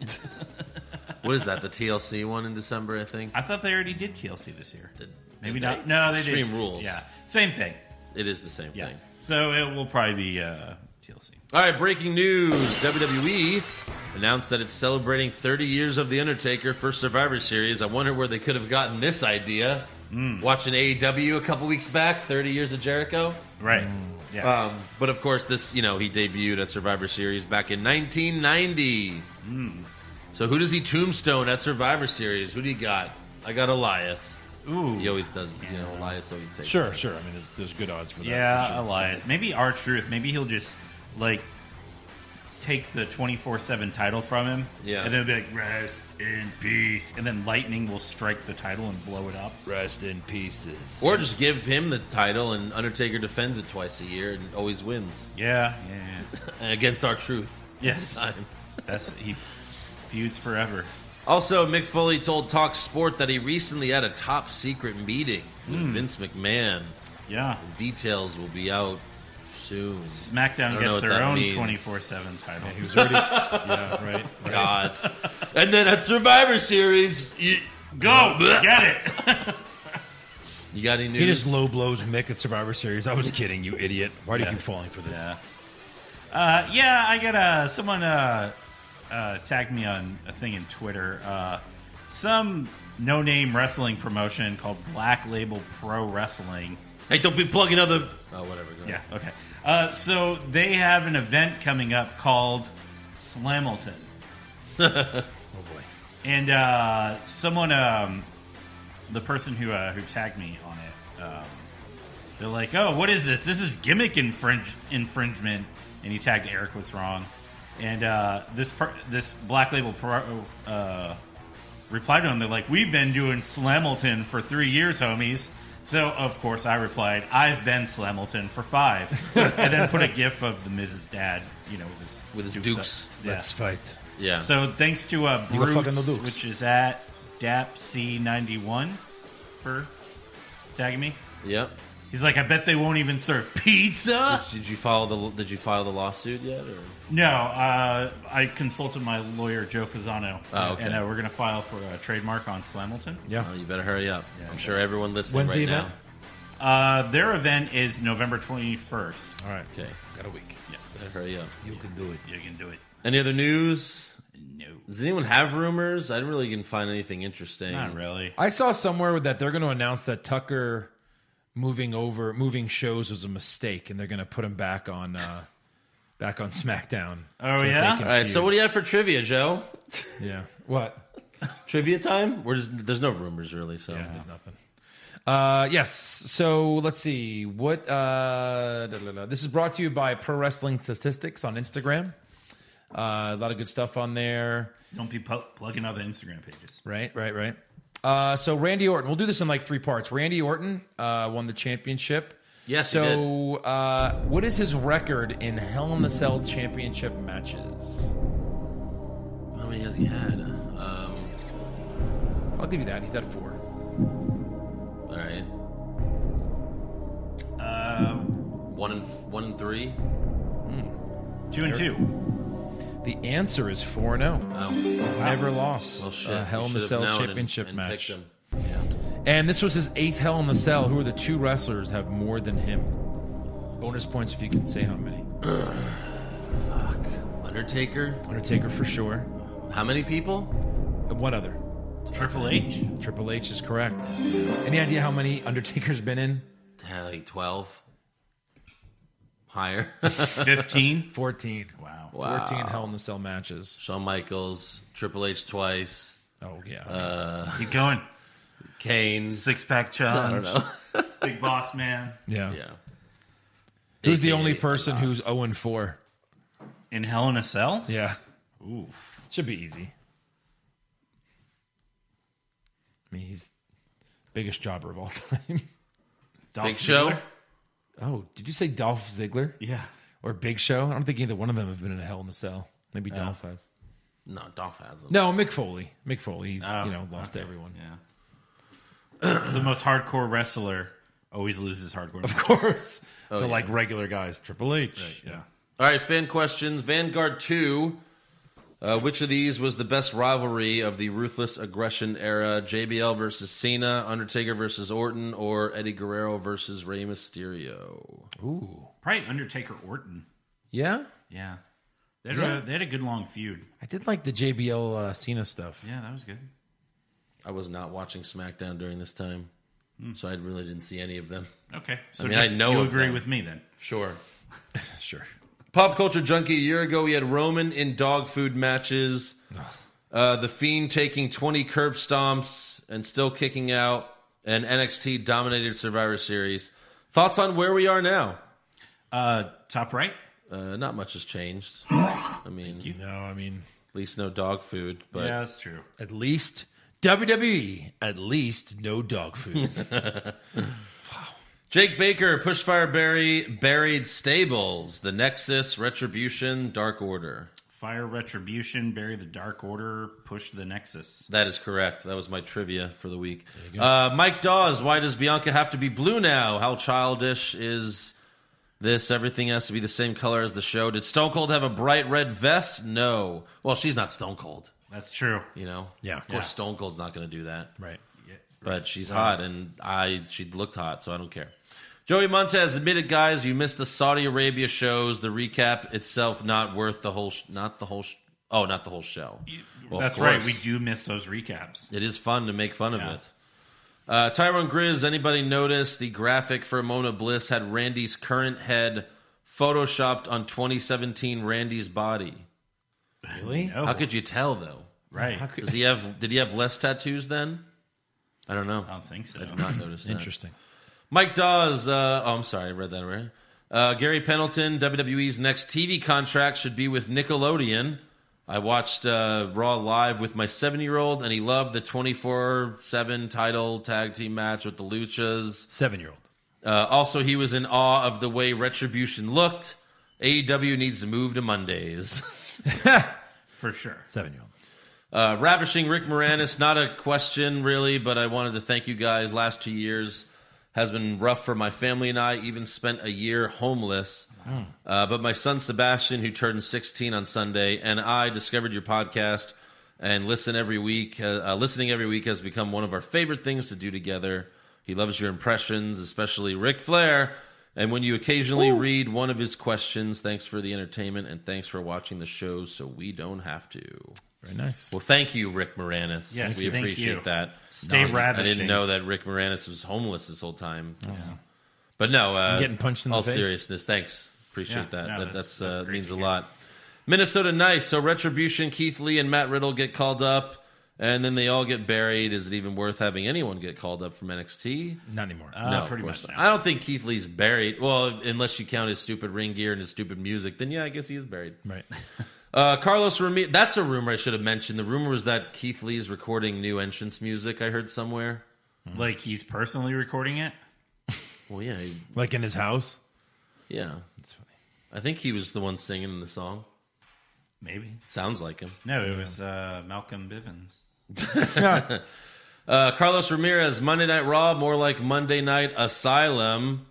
Speaker 4: What is that? The TLC one in December, I think.
Speaker 6: I thought they already did TLC this year.
Speaker 4: Did-
Speaker 6: Maybe
Speaker 4: did
Speaker 6: not. No, they
Speaker 4: Extreme
Speaker 6: did.
Speaker 4: Rules.
Speaker 6: Yeah, same thing.
Speaker 4: it is the same
Speaker 6: Yeah.
Speaker 4: thing.
Speaker 6: So it will probably be uh, TLC.
Speaker 4: All right, breaking news: WWE announced that it's celebrating 30 years of The Undertaker for Survivor Series. I wonder where they could have gotten this idea.
Speaker 6: Hmm.
Speaker 4: Watching AEW a couple weeks back, 30 years of Jericho.
Speaker 6: Right. Yeah.
Speaker 4: Um, but of course, this you know he debuted at Survivor Series back in 1990. So who does he tombstone at Survivor Series? Who do you got? I got Elias.
Speaker 6: Ooh.
Speaker 4: He always does. You know, Elias always takes.
Speaker 5: Sure, sure. I mean, there's, there's good odds for that.
Speaker 6: yeah,
Speaker 5: for sure.
Speaker 6: Elias. Maybe our truth. Maybe he'll just like take the twenty four seven title from him.
Speaker 4: Yeah.
Speaker 6: And then be like, rest in peace. And then lightning will strike the title and blow it up.
Speaker 5: Rest in pieces.
Speaker 4: Or just give him the title, and Undertaker defends it twice a year and always wins
Speaker 6: Yeah. Yeah. yeah.
Speaker 4: And against our truth.
Speaker 6: yes.
Speaker 4: I'm-
Speaker 6: That's he feuds forever.
Speaker 4: [laughs] Also, Mick Foley told Talk Sport that he recently had a top secret meeting with Vince McMahon.
Speaker 6: Yeah.
Speaker 4: Details will be out soon. I
Speaker 6: SmackDown
Speaker 4: don't know
Speaker 6: gets
Speaker 4: what
Speaker 6: their
Speaker 4: that
Speaker 6: own
Speaker 4: means.
Speaker 6: twenty four seven title.
Speaker 3: He was
Speaker 6: [laughs]
Speaker 3: already. yeah, right. right.
Speaker 4: God. [laughs] and then at Survivor Series, you,
Speaker 6: Go get it.
Speaker 4: you got any news?
Speaker 5: He just low blows Mick at Survivor Series. I was kidding, you idiot. Why do you keep falling for this?
Speaker 6: Yeah. Uh, yeah, I got uh, someone uh, uh, tagged me on a thing in Twitter. Uh, some no name wrestling promotion called Black Label Pro Wrestling.
Speaker 4: hey, don't be plugging other. Oh, whatever. go
Speaker 6: Yeah,
Speaker 4: ahead.
Speaker 6: okay. Uh, so they have an event coming up called Slamilton.
Speaker 5: Oh boy.
Speaker 6: And uh, someone, um, the person who uh, who tagged me on it, um, they're like, "Oh, what is this? This is gimmick infringe- infringement." And he tagged Eric what's wrong. And uh, this per- this black label pro- uh, replied to him. They're like, "We've been doing Slamilton for three years, homies." So of course I replied, "I've been Slamilton
Speaker 4: [laughs]
Speaker 6: for five. and then put a gif of the Miz's dad, you know, with his
Speaker 4: With his dukes.
Speaker 6: Yeah.
Speaker 5: Let's fight.
Speaker 4: Yeah.
Speaker 6: So thanks to uh,
Speaker 5: You were fucking the
Speaker 6: Bruce,
Speaker 5: Dukes.
Speaker 6: which is at DapC91 for tagging me.
Speaker 4: yep.
Speaker 6: He's like, I bet they won't even serve pizza.
Speaker 4: Did you file the Did you file the lawsuit yet? Or?
Speaker 6: No, uh, I consulted my lawyer Joe Pisano,
Speaker 4: Oh, okay.
Speaker 6: and uh, we're gonna file for a trademark on Slamilton.
Speaker 5: Yeah.
Speaker 4: Oh, you better hurry up.
Speaker 6: Yeah.
Speaker 4: I'm sure everyone listening
Speaker 5: When's
Speaker 4: right
Speaker 5: the
Speaker 4: now.
Speaker 5: event?
Speaker 6: Uh, their event is November 21st.
Speaker 5: All right.
Speaker 4: Okay,
Speaker 5: Got a week.
Speaker 4: better hurry up.
Speaker 5: You can do it.
Speaker 6: You can do it.
Speaker 4: Any other news?
Speaker 6: No,
Speaker 4: Does anyone have rumors? I really didn't find anything interesting.
Speaker 6: not really.
Speaker 5: I saw somewhere that they're going to announce that Tucker moving over, moving shows was a mistake, and they're going to put him back on, uh, back on SmackDown.
Speaker 6: Oh,
Speaker 5: that they
Speaker 6: yeah?
Speaker 5: can
Speaker 4: All right, so
Speaker 5: feud.
Speaker 4: what do you have for trivia, Joe?
Speaker 5: Yeah. What?
Speaker 4: Trivia time? We're just, there's no rumors really, so
Speaker 5: There's nothing. Uh, yes. So let's see. What? Uh, da, da, da. This is brought to you by Pro Wrestling Statistics on Instagram. Uh, a lot of good stuff on there.
Speaker 6: Don't be pu- plugging other Instagram pages.
Speaker 5: Right, right, right. Uh, so Randy Orton, we'll do this in like three parts. Randy Orton uh, won the championship.
Speaker 4: Yes, he
Speaker 5: So, uh, what is his record in Hell in the Cell championship matches?
Speaker 4: how many has he had? Um,
Speaker 5: I'll give you that. He's at four.
Speaker 4: all right,
Speaker 5: Um,
Speaker 6: Uh,
Speaker 4: one and f- one and three.
Speaker 6: two and two.
Speaker 5: The answer is four and zero.
Speaker 4: Oh,
Speaker 5: Never lost
Speaker 4: well, shit.
Speaker 5: a Uh, Hell in
Speaker 4: We should
Speaker 5: the
Speaker 4: have
Speaker 5: Cell
Speaker 4: known and-
Speaker 5: championship
Speaker 4: and
Speaker 5: match.
Speaker 4: picked him. Yeah.
Speaker 5: And this was his eighth Hell in the Cell. Who are the two wrestlers that have more than him? Bonus points if you can say how many.
Speaker 4: Fuck. Undertaker.
Speaker 5: Undertaker for sure.
Speaker 4: How many people?
Speaker 5: And one other.
Speaker 6: Triple H.
Speaker 5: Triple H is correct. Any idea how many Undertaker's been in?
Speaker 4: Uh, like twelve. Higher. [laughs]
Speaker 6: 15.
Speaker 5: 14.
Speaker 6: Wow.
Speaker 5: 14 Hell in the Cell matches.
Speaker 4: Shawn Michaels, Triple H twice,
Speaker 5: Oh, yeah.
Speaker 6: Uh, Keep going.
Speaker 4: Kane.
Speaker 6: Six pack
Speaker 4: I don't
Speaker 6: challenge.
Speaker 4: know. [laughs]
Speaker 6: Big boss man.
Speaker 5: yeah.
Speaker 4: yeah.
Speaker 5: Who's the
Speaker 4: AKA
Speaker 5: only person
Speaker 4: Elias.
Speaker 5: who's 0 and 4?
Speaker 6: In Hell in a Cell?
Speaker 5: Yeah.
Speaker 6: Ooh.
Speaker 5: Should be easy. I mean, he's biggest jobber of all [laughs] time.
Speaker 6: Dolph
Speaker 4: Big Show?
Speaker 6: Ziggler?
Speaker 5: Oh, did you say Dolph Ziggler?
Speaker 6: Yeah.
Speaker 5: or Big Show. I don't think either one of them have been in a Hell in a Cell. Maybe Dolph has.
Speaker 4: No, Dolph hasn't.
Speaker 5: No, Mick Foley. Mick Foley. He's
Speaker 6: Oh,
Speaker 5: you know lost to everyone.
Speaker 6: Yeah. the most hardcore wrestler always loses hardcore.
Speaker 5: Of course,
Speaker 6: Oh,
Speaker 5: to like regular guys, Triple H.
Speaker 6: Yeah.
Speaker 4: All right, fan questions. Vanguard 2. Uh, which of these was the best rivalry of the ruthless aggression era? JBL versus Cena, Undertaker versus Orton, or Eddie Guerrero versus Rey Mysterio?
Speaker 5: Ooh,
Speaker 6: Probably Undertaker Orton.
Speaker 5: yeah.
Speaker 6: Yeah. They had,
Speaker 5: Yeah.
Speaker 6: A, they had a good long feud.
Speaker 5: I did like the JBL uh, Cena stuff.
Speaker 6: Yeah, that was good.
Speaker 4: I was not watching SmackDown during this time, so I really didn't see any of them.
Speaker 6: Okay. So
Speaker 4: mean, I
Speaker 6: just-
Speaker 4: know
Speaker 6: you
Speaker 4: of
Speaker 6: agree
Speaker 4: them.
Speaker 6: with me then.
Speaker 4: Sure.
Speaker 5: Sure.
Speaker 4: Pop culture junkie. A year ago, we had Roman in dog food matches. Uh, the Fiend taking 20 curb stomps and still kicking out. And NXT dominated Survivor Series. Thoughts on where we are now?
Speaker 6: Uh, top right.
Speaker 4: Uh, not much has changed. I mean,
Speaker 5: No, I mean
Speaker 4: at least no dog food. But
Speaker 6: yeah, that's true.
Speaker 5: at least WWE. At least no dog food.
Speaker 4: Jake Baker, Pushfire Barry, Buried Stables, The Nexus, Retribution, Dark Order.
Speaker 6: Fire Retribution, Bury the Dark Order, Push the Nexus.
Speaker 4: That is correct. That was my trivia for the week. Uh, Mike Dawes, why does Bianca have to be blue now? How childish is this? Everything has to be the same color as the show. Did Stone Cold have a bright red vest? No. Well, she's not Stone Cold,
Speaker 6: That's true.
Speaker 4: you know?
Speaker 5: Yeah.
Speaker 4: Of course,
Speaker 5: Yeah.
Speaker 4: Stone Cold's not going to do that.
Speaker 5: Right.
Speaker 4: But she's hot, and I she looked hot, so I don't care. Joey Montez admitted, guys, you missed the Saudi Arabia shows. The recap itself not worth the whole, sh- not the whole, sh- oh, not the whole show. Well, of
Speaker 6: That's right.
Speaker 4: course.
Speaker 6: We do miss those recaps.
Speaker 4: It is fun to make fun
Speaker 6: Yeah.
Speaker 4: of it. Uh, Tyrone Grizz, anybody notice the graphic for Mona Bliss had Randy's current head photoshopped on 2017 Randy's body?
Speaker 5: Really?
Speaker 6: Oh,
Speaker 4: How could you tell though?
Speaker 6: right.
Speaker 4: Does he have? Did he have less tattoos then? I don't know.
Speaker 6: I don't think so.
Speaker 4: I did not
Speaker 6: [laughs]
Speaker 4: notice. that.
Speaker 5: Interesting.
Speaker 4: Mike Dawes. Uh, oh, I'm sorry. I read that right. Uh, Gary Pendleton, WWE's next TV contract should be with Nickelodeon. I watched uh, Raw live with my seven year old, and he loved the 24 7 title tag team match with the Luchas.
Speaker 5: Seven year old.
Speaker 4: Uh, also, he was in awe of the way Retribution looked. AEW needs to move to Mondays. [laughs]
Speaker 6: For sure.
Speaker 5: Seven year old.
Speaker 4: Uh, ravishing Rick Moranis, not a question really, but I wanted to thank you guys. Last two years has been rough for my family and I. Even spent a year homeless. Uh, but my son Sebastian, who turned 16 on Sunday, and I discovered your podcast and listen every week. Uh, uh, listening every week has become one of our favorite things to do together. He loves your impressions, especially Ric Flair. And when you occasionally read one of his questions, thanks for the entertainment and thanks for watching the show so we don't have to.
Speaker 5: Very nice.
Speaker 4: Well, thank you, Rick Moranis.
Speaker 6: Yes,
Speaker 4: we
Speaker 6: thank
Speaker 4: appreciate
Speaker 6: you.
Speaker 4: that.
Speaker 6: Stay
Speaker 4: No, I
Speaker 6: ravishing.
Speaker 4: didn't know that Rick Moranis was homeless this whole time. But no, uh,
Speaker 5: getting punched in the
Speaker 4: all
Speaker 5: face.
Speaker 4: seriousness. Thanks,
Speaker 6: Yeah,
Speaker 4: appreciate that.
Speaker 6: no,
Speaker 4: that
Speaker 6: that's-
Speaker 4: that's,
Speaker 6: that's
Speaker 4: uh,
Speaker 6: great
Speaker 4: means
Speaker 6: to
Speaker 4: a
Speaker 6: hear.
Speaker 4: lot. Minnesota nice. So retribution. Keith Lee and Matt Riddle get called up, and then they all get buried. Is it even worth having anyone get called up from NXT?
Speaker 5: Not anymore.
Speaker 6: Uh,
Speaker 4: no, of
Speaker 6: pretty
Speaker 4: course
Speaker 6: much
Speaker 4: not.
Speaker 6: no.
Speaker 4: I don't think Keith Lee's buried. Well, unless you count his stupid ring gear and his stupid music, then yeah, I guess he is buried.
Speaker 5: right.
Speaker 4: Uh, Carlos Ramirez. That's a rumor I should have mentioned. The rumor was that Keith Lee is recording new entrance music. I heard somewhere.
Speaker 6: Like he's personally recording it.
Speaker 4: Well, yeah, he-
Speaker 5: Like in his house.
Speaker 4: yeah.
Speaker 5: That's funny.
Speaker 4: I think he was the one singing the song.
Speaker 6: Maybe.
Speaker 4: It sounds like him.
Speaker 6: No, it was uh, Malcolm Bivens.
Speaker 4: Uh, Carlos Ramirez. Monday Night Raw. More like Monday Night Asylum.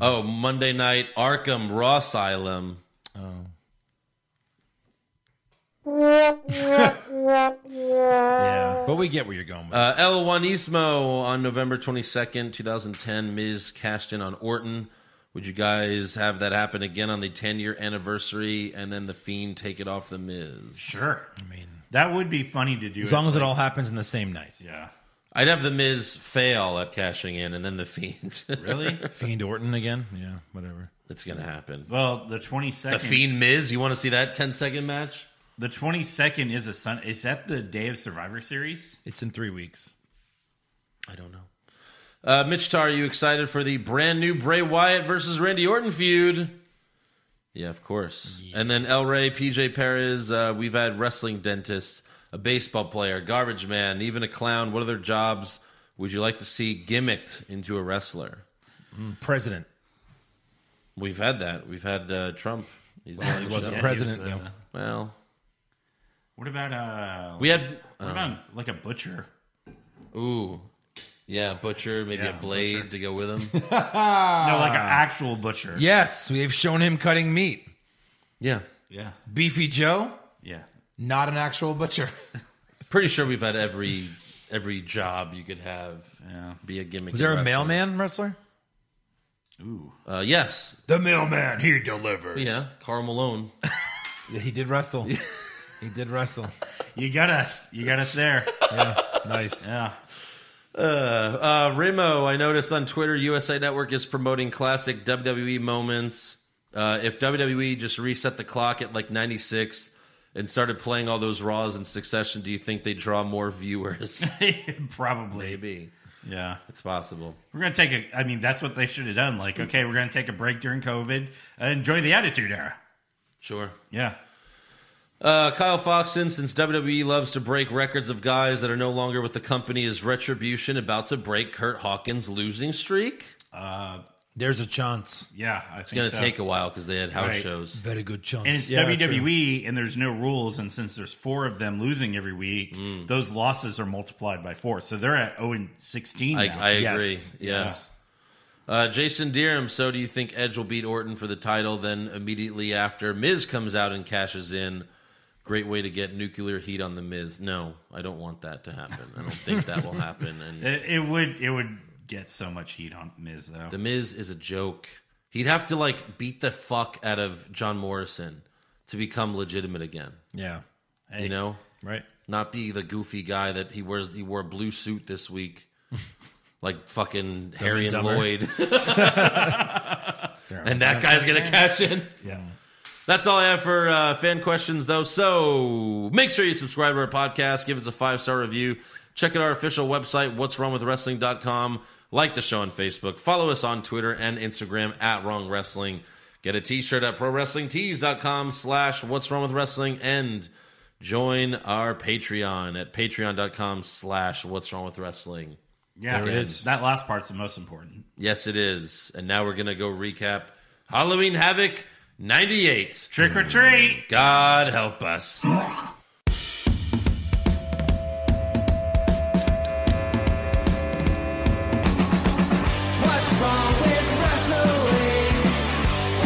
Speaker 4: Oh, Monday Night Arkham Raw Asylum.
Speaker 5: Yeah. But we get where you're going with
Speaker 4: Uh, El Juanismo on November 22nd, 2010. Miz cashed in on Orton. Would you guys have that happen again on the 10 year anniversary and then The Fiend take it off The Miz?
Speaker 6: Sure.
Speaker 5: it. I mean,
Speaker 6: That would be funny to do.
Speaker 5: as long as it all happens in the same night.
Speaker 6: Yeah.
Speaker 4: I'd have The Miz fail at cashing in and then The Fiend. [laughs]
Speaker 6: Really?
Speaker 5: Fiend Orton again. Yeah. Whatever.
Speaker 4: it's going to happen.
Speaker 6: [laughs] well, the
Speaker 4: The
Speaker 6: 22nd.
Speaker 4: Fiend Miz, you want to see that 10 second match?
Speaker 6: The 22nd is a sun. Is that the day of Survivor Series?
Speaker 5: It's in three weeks.
Speaker 4: I don't know. Uh, Mitch Tar, are you excited for the brand new Bray Wyatt versus Randy Orton feud? Yeah, of course. And then El Rey, PJ Perez. Uh, we've had wrestling dentists, a baseball player, garbage man, even a clown. What other jobs would you like to see gimmicked into a wrestler?
Speaker 5: President.
Speaker 4: We've had that. We've had uh, Trump. He's
Speaker 5: He wasn't
Speaker 6: Yeah,
Speaker 5: president
Speaker 6: he was, uh,
Speaker 5: though.
Speaker 4: well.
Speaker 6: What about uh?
Speaker 4: We had
Speaker 6: what about like a butcher?
Speaker 4: ooh, yeah, butcher, maybe
Speaker 6: Yeah,
Speaker 4: a blade
Speaker 6: Butcher.
Speaker 4: to go with him.
Speaker 6: no, like an actual butcher.
Speaker 5: Yes, we have shown him cutting meat.
Speaker 4: yeah,
Speaker 6: Yeah.
Speaker 5: Beefy Joe,
Speaker 6: Yeah.
Speaker 5: not an actual butcher.
Speaker 4: pretty sure we've had every every job you could have
Speaker 6: Yeah.
Speaker 4: be a gimmick.
Speaker 5: Was there a
Speaker 4: wrestler.
Speaker 5: mailman wrestler?
Speaker 6: Ooh.
Speaker 4: Uh, yes,
Speaker 5: The mailman, he delivered.
Speaker 4: yeah, Carl Malone.
Speaker 5: Yeah, he did wrestle. he did wrestle.
Speaker 6: You got us. You got us there.
Speaker 5: Nice.
Speaker 6: Yeah. [laughs]
Speaker 4: Uh, Remo, I noticed on Twitter, USA Network is promoting classic WWE moments. Uh, if WWE just reset the clock at like 96 and started playing all those Raws in succession, do you think they draw more [laughs] viewers?
Speaker 6: Probably.
Speaker 4: Maybe.
Speaker 6: Yeah.
Speaker 4: It's possible.
Speaker 6: We're gonna take a. I mean, that's what they should have done. Like, okay, we're gonna take a break during COVID. Uh, enjoy the Attitude Era.
Speaker 4: Sure.
Speaker 6: Yeah.
Speaker 4: Uh, Kyle Foxon, since WWE loves to break records of guys that are no longer with the company, is Retribution about to break Kurt Hawkins' losing streak?
Speaker 6: Uh,
Speaker 5: There's a chance.
Speaker 6: Yeah, I think
Speaker 4: It's going to
Speaker 6: so.
Speaker 4: take a while because they had house
Speaker 6: Right.
Speaker 4: shows.
Speaker 5: Very good chance.
Speaker 6: And it's E.
Speaker 5: Yeah, true.
Speaker 6: WWE, and there's no rules. And since there's four of them losing every week, those losses are multiplied by four. So they're at 0 and 16
Speaker 4: I,
Speaker 6: now.
Speaker 4: I agree.
Speaker 5: Yes.
Speaker 4: Yes. Uh, Jason Deerham. So, do you think Edge will beat Orton for the title? Then immediately after, Miz comes out and cashes in. Great way to get nuclear heat on the Miz. No, I don't want that to happen. I don't think that will happen.
Speaker 6: [laughs]
Speaker 4: And
Speaker 6: it, it would it would get so much heat on Miz though.
Speaker 4: the Miz is a joke. He'd have to like beat the fuck out of John Morrison to become legitimate again.
Speaker 5: Yeah.
Speaker 6: Hey.
Speaker 4: You know,
Speaker 6: right?
Speaker 4: not be the goofy guy that he wears. He wore a blue suit this week, like fucking Harry and
Speaker 5: Dumber.
Speaker 4: Lloyd. and that guy's gonna cash in.
Speaker 6: Yeah.
Speaker 4: That's all I have for uh, fan questions, though. So make sure you subscribe to our podcast, give us a five star review, check out our official website, what's wrong with wrestling.com, like the show on Facebook, follow us on Twitter and Instagram at wrong wrestling. Get a t shirt at pro wrestling tees.com slash what's wrong with wrestling and join our Patreon at patreon.com slash what's wrong with wrestling.
Speaker 6: Yeah,
Speaker 5: There it is.
Speaker 6: That last part's the most important.
Speaker 4: Yes, it is. And now we're going to go recap Halloween Havoc 98.
Speaker 6: Trick or treat.
Speaker 4: God help us.
Speaker 1: What's wrong with wrestling?